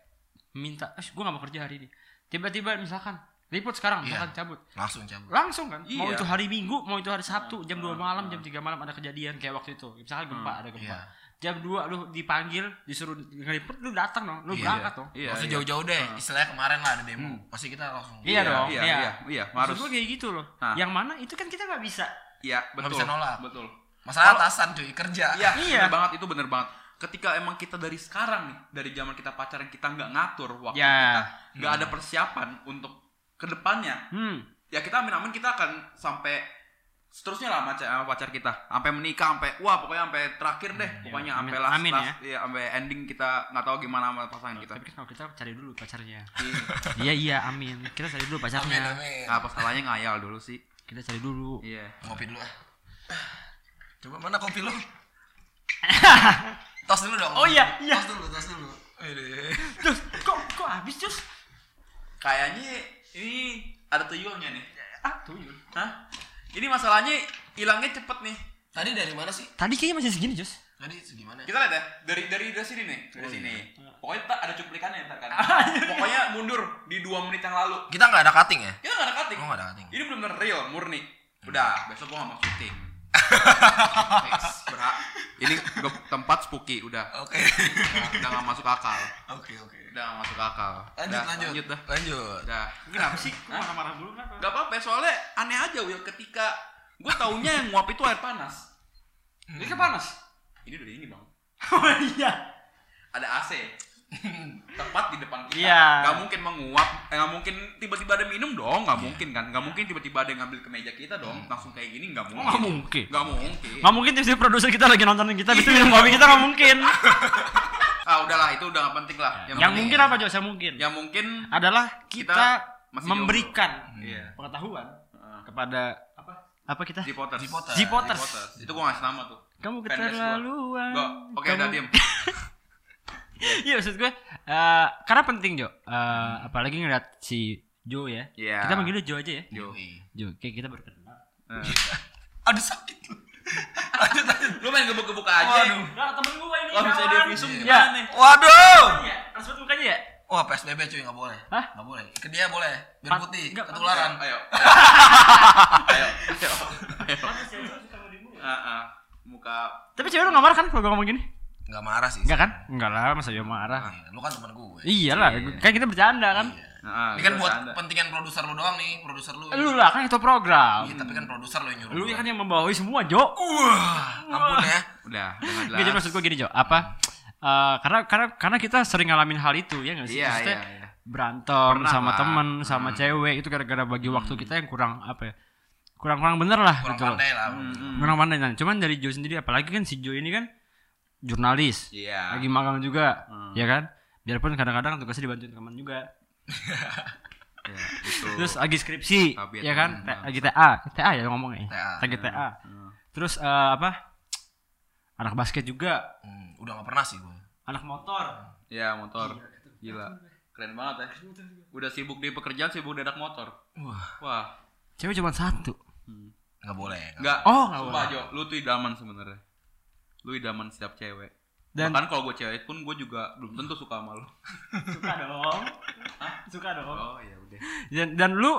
Speaker 3: minta, eh gue gak mau kerja hari ini. Tiba-tiba misalkan report sekarang,
Speaker 4: Iya.
Speaker 3: misalkan cabut.
Speaker 4: Langsung cabut.
Speaker 3: langsung kan mau
Speaker 1: Iya.
Speaker 3: itu hari minggu mau itu hari sabtu jam 2 malam jam 3 malam ada kejadian kayak waktu itu misalnya gempa ada gempa
Speaker 4: Iya.
Speaker 3: jam 2 lu dipanggil disuruh ngeliput lu datang dong lu
Speaker 4: Iya.
Speaker 3: berangkat dong
Speaker 1: Iya.
Speaker 4: Langsung
Speaker 1: iya.
Speaker 4: jauh-jauh deh. Istilahnya kemarin lah ada demo. Pasti kita langsung.
Speaker 3: Iya dong,
Speaker 1: Iya,
Speaker 3: iya.
Speaker 1: iya, iya,
Speaker 3: maksud
Speaker 1: harus.
Speaker 3: gue kayak gitu loh
Speaker 1: Nah.
Speaker 3: yang mana itu kan kita nggak bisa
Speaker 1: Iya,
Speaker 4: Nggak
Speaker 1: betul.
Speaker 4: bisa nolak.
Speaker 1: Betul.
Speaker 4: Masalah atasan cuy kerja.
Speaker 1: Iya,
Speaker 3: Iya.
Speaker 1: bener banget itu bener banget. Ketika emang kita dari sekarang nih, dari zaman kita pacaran kita nggak ngatur waktu
Speaker 3: Ya.
Speaker 1: kita, nggak ada persiapan untuk kedepannya.
Speaker 3: hmm
Speaker 1: ya kita amin-amin kita akan sampai seterusnya lah sama, sama pacar kita sampai menikah sampai wah pokoknya sampai terakhir deh pokoknya
Speaker 3: amin.
Speaker 1: sampai last
Speaker 3: Amin
Speaker 1: last iya, sampai ending kita nggak tahu gimana sama pasangan kita
Speaker 3: tapi kan kalau kita cari dulu pacarnya
Speaker 1: Iya.
Speaker 3: iya iya amin kita cari dulu pacarnya
Speaker 4: Amin amin.
Speaker 1: apa salahnya ngayal dulu sih
Speaker 3: kita cari dulu
Speaker 1: iya
Speaker 4: Ngopi dulu ah. Coba mana kopi lu? tos dulu dong.
Speaker 3: Oh iya, iya.
Speaker 4: Tos dulu, tos dulu. Ini.
Speaker 3: terus kok kok habis terus
Speaker 1: kayaknya ini ada tuyulnya nih
Speaker 3: ah tuyul
Speaker 1: Hah? ini masalahnya hilangnya cepet nih
Speaker 4: Tadi dari mana sih?
Speaker 3: tadi kayaknya masih segini Jos
Speaker 4: Tadi segimana?
Speaker 1: kita lihat ya dari dari dari sini nih dari sini pokoknya ntar ada cuplikannya ntar kan pokoknya mundur di dua menit yang lalu
Speaker 4: Kita nggak ada cutting ya?
Speaker 1: kita nggak ada cutting Hmm.
Speaker 4: Oh, nggak ada cutting.
Speaker 1: ini belum benar real murni udah besok gua nggak mau syuting Fix, berhak ini gua- tempat spooky udah
Speaker 4: Oke.
Speaker 1: udah udah nggak masuk akal
Speaker 4: Oke, oke.
Speaker 1: udah nggak masuk akal
Speaker 4: Lanjut,
Speaker 1: udah,
Speaker 4: lanjut.
Speaker 1: lanjut dah
Speaker 4: Lanjut.
Speaker 1: udah
Speaker 3: kenapa sih Kok marah-marah dulu kenapa
Speaker 1: nggak apa-apa soalnya aneh aja Will ketika gua taunya yang nguap itu air panas
Speaker 3: ini
Speaker 1: kan
Speaker 3: kepanas
Speaker 1: ini udah ini bang
Speaker 3: oh iya
Speaker 1: ada AC tepat di depan kita
Speaker 3: Iya.
Speaker 1: nggak mungkin menguap eh, nggak mungkin tiba-tiba ada minum dong nggak
Speaker 3: Iya.
Speaker 1: mungkin kan nggak mungkin tiba-tiba ada yang ngambil ke meja kita dong langsung kayak gini nggak
Speaker 3: Hmm.
Speaker 1: mungkin
Speaker 3: Oh, nggak mungkin.
Speaker 1: nggak mungkin
Speaker 3: Gak mungkin tiba-tiba produser kita lagi nontonin kita, habis itu minum kopi kita gak mungkin.
Speaker 1: ah udahlah itu udah nggak penting lah
Speaker 3: yang
Speaker 1: penting-
Speaker 3: mungkin apa Jos? Yang mungkin
Speaker 1: yang mungkin
Speaker 3: adalah kita,
Speaker 1: Kita masih Ah.
Speaker 3: memberikan
Speaker 1: Iya.
Speaker 3: pengetahuan
Speaker 1: Heeh.
Speaker 3: kepada apa? Apa kita?
Speaker 1: Zipoters
Speaker 4: Zipoters.
Speaker 3: Zipoters.
Speaker 1: Zipoters. itu gua ngasih nama tuh
Speaker 3: Kamu
Speaker 1: Fan base gua.
Speaker 3: keterlaluan.
Speaker 1: Nggak, oke
Speaker 3: Ah, Kamu-
Speaker 1: udah diem
Speaker 3: Iya maksud gue eh, karena penting Jo. Eh, apalagi ngeliat si Jo ya.
Speaker 1: Iya.
Speaker 3: Kita manggil dia Jo aja ya.
Speaker 1: Yo.
Speaker 3: Jo, kayak kita berkenal.
Speaker 1: Eh.
Speaker 4: Aduh sakit lu. Lanjut, lanjut.
Speaker 1: lu main gebuk-gebuk aja
Speaker 3: Nah, temen gue ini.
Speaker 1: kalau misalnya dia visum
Speaker 4: Iya.
Speaker 1: gimana nih
Speaker 4: Waduh.
Speaker 3: Iya, harus buat mukanya ya?
Speaker 4: Wah, PSBB cuy nggak boleh.
Speaker 3: Hah?
Speaker 4: Nggak boleh. Ke dia boleh.
Speaker 3: Pat-
Speaker 4: Biar putih,
Speaker 3: nggak,
Speaker 1: ayo
Speaker 4: ketularan.
Speaker 1: ayo ayo ayo Ah, ah. muka
Speaker 3: Tapi cewek lu gak marah kan kalau gue ngomong gini?
Speaker 4: Nggak marah sih.
Speaker 3: Enggak kan? Enggak lah, masa dia marah.
Speaker 4: Iya, Lu kan teman gue.
Speaker 3: Iyalah,
Speaker 1: Iya.
Speaker 3: kan kita bercanda kan.
Speaker 1: Ah, ah,
Speaker 4: Ini kan
Speaker 1: gua
Speaker 4: buat
Speaker 1: bercanda.
Speaker 4: kepentingan produser lu doang nih, produser lu.
Speaker 1: Iya.
Speaker 3: Lu lah kan itu program.
Speaker 4: Iya, tapi kan produser lu yang nyuruh.
Speaker 3: Lu
Speaker 4: gua.
Speaker 3: kan yang membawahi semua, Jo.
Speaker 4: Wah, ampun ya.
Speaker 1: udah dengan
Speaker 3: Gak jadi
Speaker 1: jelas
Speaker 3: maksud gue gini, Jo. Apa? Eh, karena karena karena kita sering ngalamin hal itu ya nggak sih?
Speaker 1: iya
Speaker 3: Maksudnya,
Speaker 1: iya iya
Speaker 3: berantem
Speaker 1: Pernah
Speaker 3: sama
Speaker 1: lah. Hmm.
Speaker 3: temen sama cewek itu gara-gara bagi waktu kita yang kurang apa ya kurang-kurang bener lah
Speaker 4: kurang
Speaker 3: gitu loh.
Speaker 4: pandai lah
Speaker 3: kurang pandai nah. cuman dari Joe sendiri apalagi kan si Joe ini kan jurnalis
Speaker 1: Iya.
Speaker 3: lagi magang juga ya kan biarpun kadang-kadang tugasnya dibantuin teman juga
Speaker 1: Iya, itu.
Speaker 3: terus lagi skripsi
Speaker 1: Tapi
Speaker 3: ya
Speaker 1: itu
Speaker 3: kan
Speaker 1: memang.
Speaker 3: lagi TA TA ya ngomongnya
Speaker 4: TA.
Speaker 3: lagi TA terus eh, apa anak basket juga
Speaker 4: Hmm, udah nggak pernah sih gue
Speaker 3: anak motor
Speaker 1: Iya, motor. Gila. Keren banget ya. Udah sibuk di pekerjaan, sibuk di anak motor.
Speaker 4: wah
Speaker 1: Wah.
Speaker 3: cewek cuma satu
Speaker 4: nggak boleh nggak-
Speaker 1: Enggak.
Speaker 3: Hmm. Oh, nggak
Speaker 1: Sumpah, Jo, lu tuh idaman sebenarnya. Lu idaman setiap cewek.
Speaker 3: Dan-
Speaker 1: Bahkan kalau gue cewek pun gue juga belum tentu suka sama lu.
Speaker 3: suka dong suka dong
Speaker 1: Oh, iya udah.
Speaker 3: dan, dan lu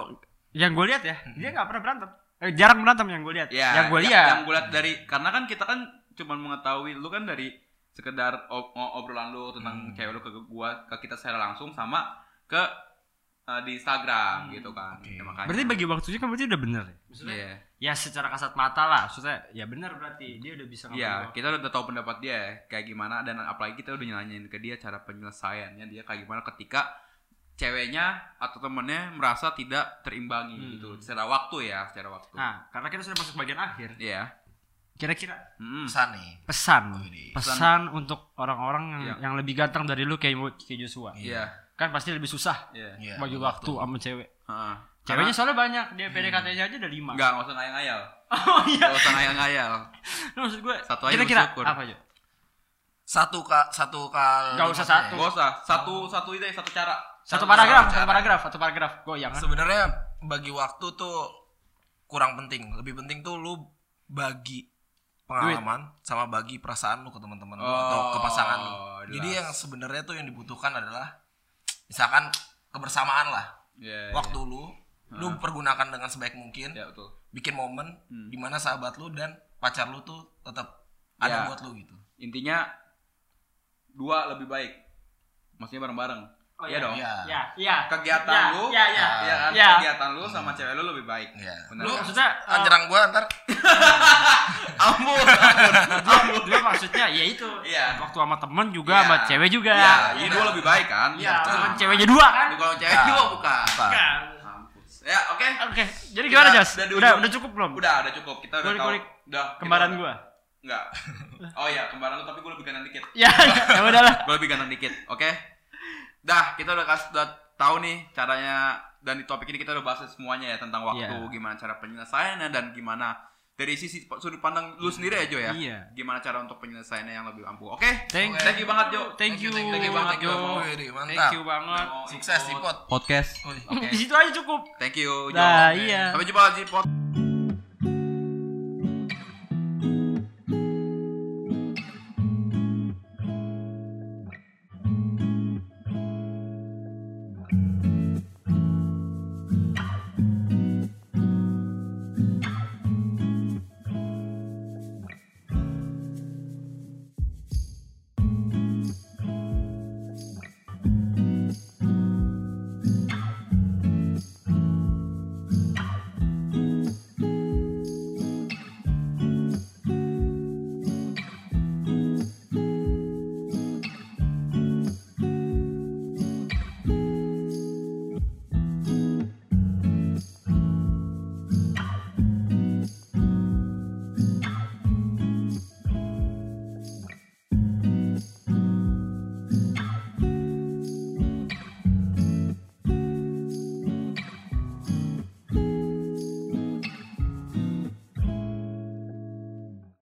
Speaker 3: yang gue lihat ya dia nggak pernah berantem eh, jarang berantem yang gue lihat Ya, yang gue lihat
Speaker 1: Ya, Yang gue lihat dari karena kan kita kan cuman mengetahui lu kan dari sekedar ob- o- obrolan lu
Speaker 3: Hmm.
Speaker 1: tentang cewek lu ke gua ke kita secara langsung sama ke eh, di Instagram gitu kan. Ya,
Speaker 3: Hmm,
Speaker 1: makanya.
Speaker 3: berarti bagi waktunya kan berarti udah bener ya?
Speaker 1: Iya.
Speaker 3: ya secara kasat mata lah maksudnya ya bener berarti dia udah bisa
Speaker 1: Iya,
Speaker 3: ngambil waktu.
Speaker 1: kita udah tahu pendapat dia ya, kayak gimana dan apalagi kita udah nanyain ke dia cara penyelesaiannya dia kayak gimana ketika ceweknya atau temennya merasa tidak terimbangi
Speaker 3: Hmm.
Speaker 1: gitu secara waktu ya, secara waktu. Iya.
Speaker 3: nah karena kita sudah masuk bagian akhir kira-kira
Speaker 1: Mm-mm.
Speaker 4: pesan nih
Speaker 3: pesan
Speaker 4: Widih.
Speaker 3: pesan, untuk orang-orang yang,
Speaker 1: Iya.
Speaker 3: yang lebih ganteng dari lu kayak kayak Joshua
Speaker 1: Iya.
Speaker 3: kan pasti lebih susah
Speaker 1: Iya.
Speaker 4: Iya,
Speaker 3: bagi waktu sama cewek
Speaker 1: Heeh.
Speaker 3: ceweknya soalnya banyak dia PDKT-nya aja ada lima
Speaker 1: Enggak, nggak usah ngayal-ngayal.
Speaker 3: oh iya
Speaker 1: Nggak usah ngayal-ngayal.
Speaker 3: Nah, maksud gue
Speaker 1: Satu aja
Speaker 3: kira-kira
Speaker 1: bersyukur.
Speaker 3: apa aja
Speaker 4: satu ka satu kali
Speaker 3: Nggak usah satu.
Speaker 1: Nggak usah. Satu satu ide, satu cara.
Speaker 3: satu
Speaker 4: Satu
Speaker 3: paragraf
Speaker 4: cara.
Speaker 3: satu paragraf satu paragraf goyang kan
Speaker 4: sebenarnya bagi waktu tuh kurang penting lebih penting tuh lu bagi pengalaman sama bagi perasaan lu ke teman-teman lu
Speaker 1: Oh,
Speaker 4: atau ke pasangan lu
Speaker 1: jelas.
Speaker 4: jadi yang sebenarnya tuh yang dibutuhkan adalah misalkan kebersamaan lah
Speaker 1: Iya.
Speaker 4: waktu lu lu pergunakan dengan sebaik mungkin
Speaker 1: iya. Hmm. Ya, betul.
Speaker 4: bikin momen dimana sahabat lu dan pacar lu tuh tetap
Speaker 1: Ya.
Speaker 4: ada buat lu gitu
Speaker 1: Intinya dua lebih baik. Maksudnya bareng-bareng.
Speaker 3: Oh, iya.
Speaker 1: iya, dong. Kan
Speaker 4: Iya.
Speaker 3: ya ya
Speaker 1: Kegiatan
Speaker 3: ya,
Speaker 1: lu,
Speaker 3: ya ya
Speaker 1: iya kan?
Speaker 3: ya.
Speaker 1: Kegiatan lu sama cewek lu lebih baik.
Speaker 4: Hmm. Iya.
Speaker 1: Benar.
Speaker 4: Lu-
Speaker 3: maksudnya
Speaker 1: Kan
Speaker 3: eh,
Speaker 4: anjirang gua ntar
Speaker 1: Ampun.
Speaker 3: Dia- dia maksudnya ya itu
Speaker 1: Iya.
Speaker 3: waktu sama temen juga
Speaker 1: Iya.
Speaker 3: sama cewek juga
Speaker 1: Iya, ini dua lebih baik kan?
Speaker 3: Iya,
Speaker 1: Betul. Iya.
Speaker 3: cuman ceweknya dua kan Iya.
Speaker 1: Ini Kalau cewek dua bukan.
Speaker 4: Iya. Apa?
Speaker 1: Mampus. Ya, oke.
Speaker 3: oke jadi gimana
Speaker 1: Kita
Speaker 3: Jos
Speaker 1: dari
Speaker 3: udah
Speaker 1: ujung.
Speaker 3: udah cukup belum
Speaker 1: Udah, udah cukup. Kita udah
Speaker 3: Kulik,
Speaker 1: tahu.
Speaker 3: kulik.
Speaker 1: Udah.
Speaker 3: kembaran
Speaker 1: kita-
Speaker 3: gua
Speaker 1: Enggak. Oh iya, kembaran lu tapi gue lebih kanan dikit.
Speaker 3: ya ya udahlah
Speaker 1: gue lebih ganteng dikit oke dah kita udah kasih udah tahu nih caranya dan di topik ini kita udah bahas semuanya ya tentang waktu
Speaker 3: Iya.
Speaker 1: gimana cara penyelesaiannya dan gimana dari sisi sudut pandang lu sendiri ya Jo ya
Speaker 3: Iya.
Speaker 1: gimana cara untuk penyelesaiannya yang lebih ampuh oke
Speaker 3: Thank-
Speaker 1: thank you banget Jo
Speaker 3: thank you
Speaker 4: Thank you,
Speaker 1: thank you banget,
Speaker 3: Jo
Speaker 1: Jo.
Speaker 4: Wih, mantap.
Speaker 3: thank you banget
Speaker 1: Mau
Speaker 4: sukses
Speaker 1: ikut
Speaker 4: di pot
Speaker 1: podcast
Speaker 4: Wih.
Speaker 1: oke
Speaker 3: di situ aja cukup
Speaker 1: thank you Jo
Speaker 3: nah iya
Speaker 1: sampai jumpa di podcast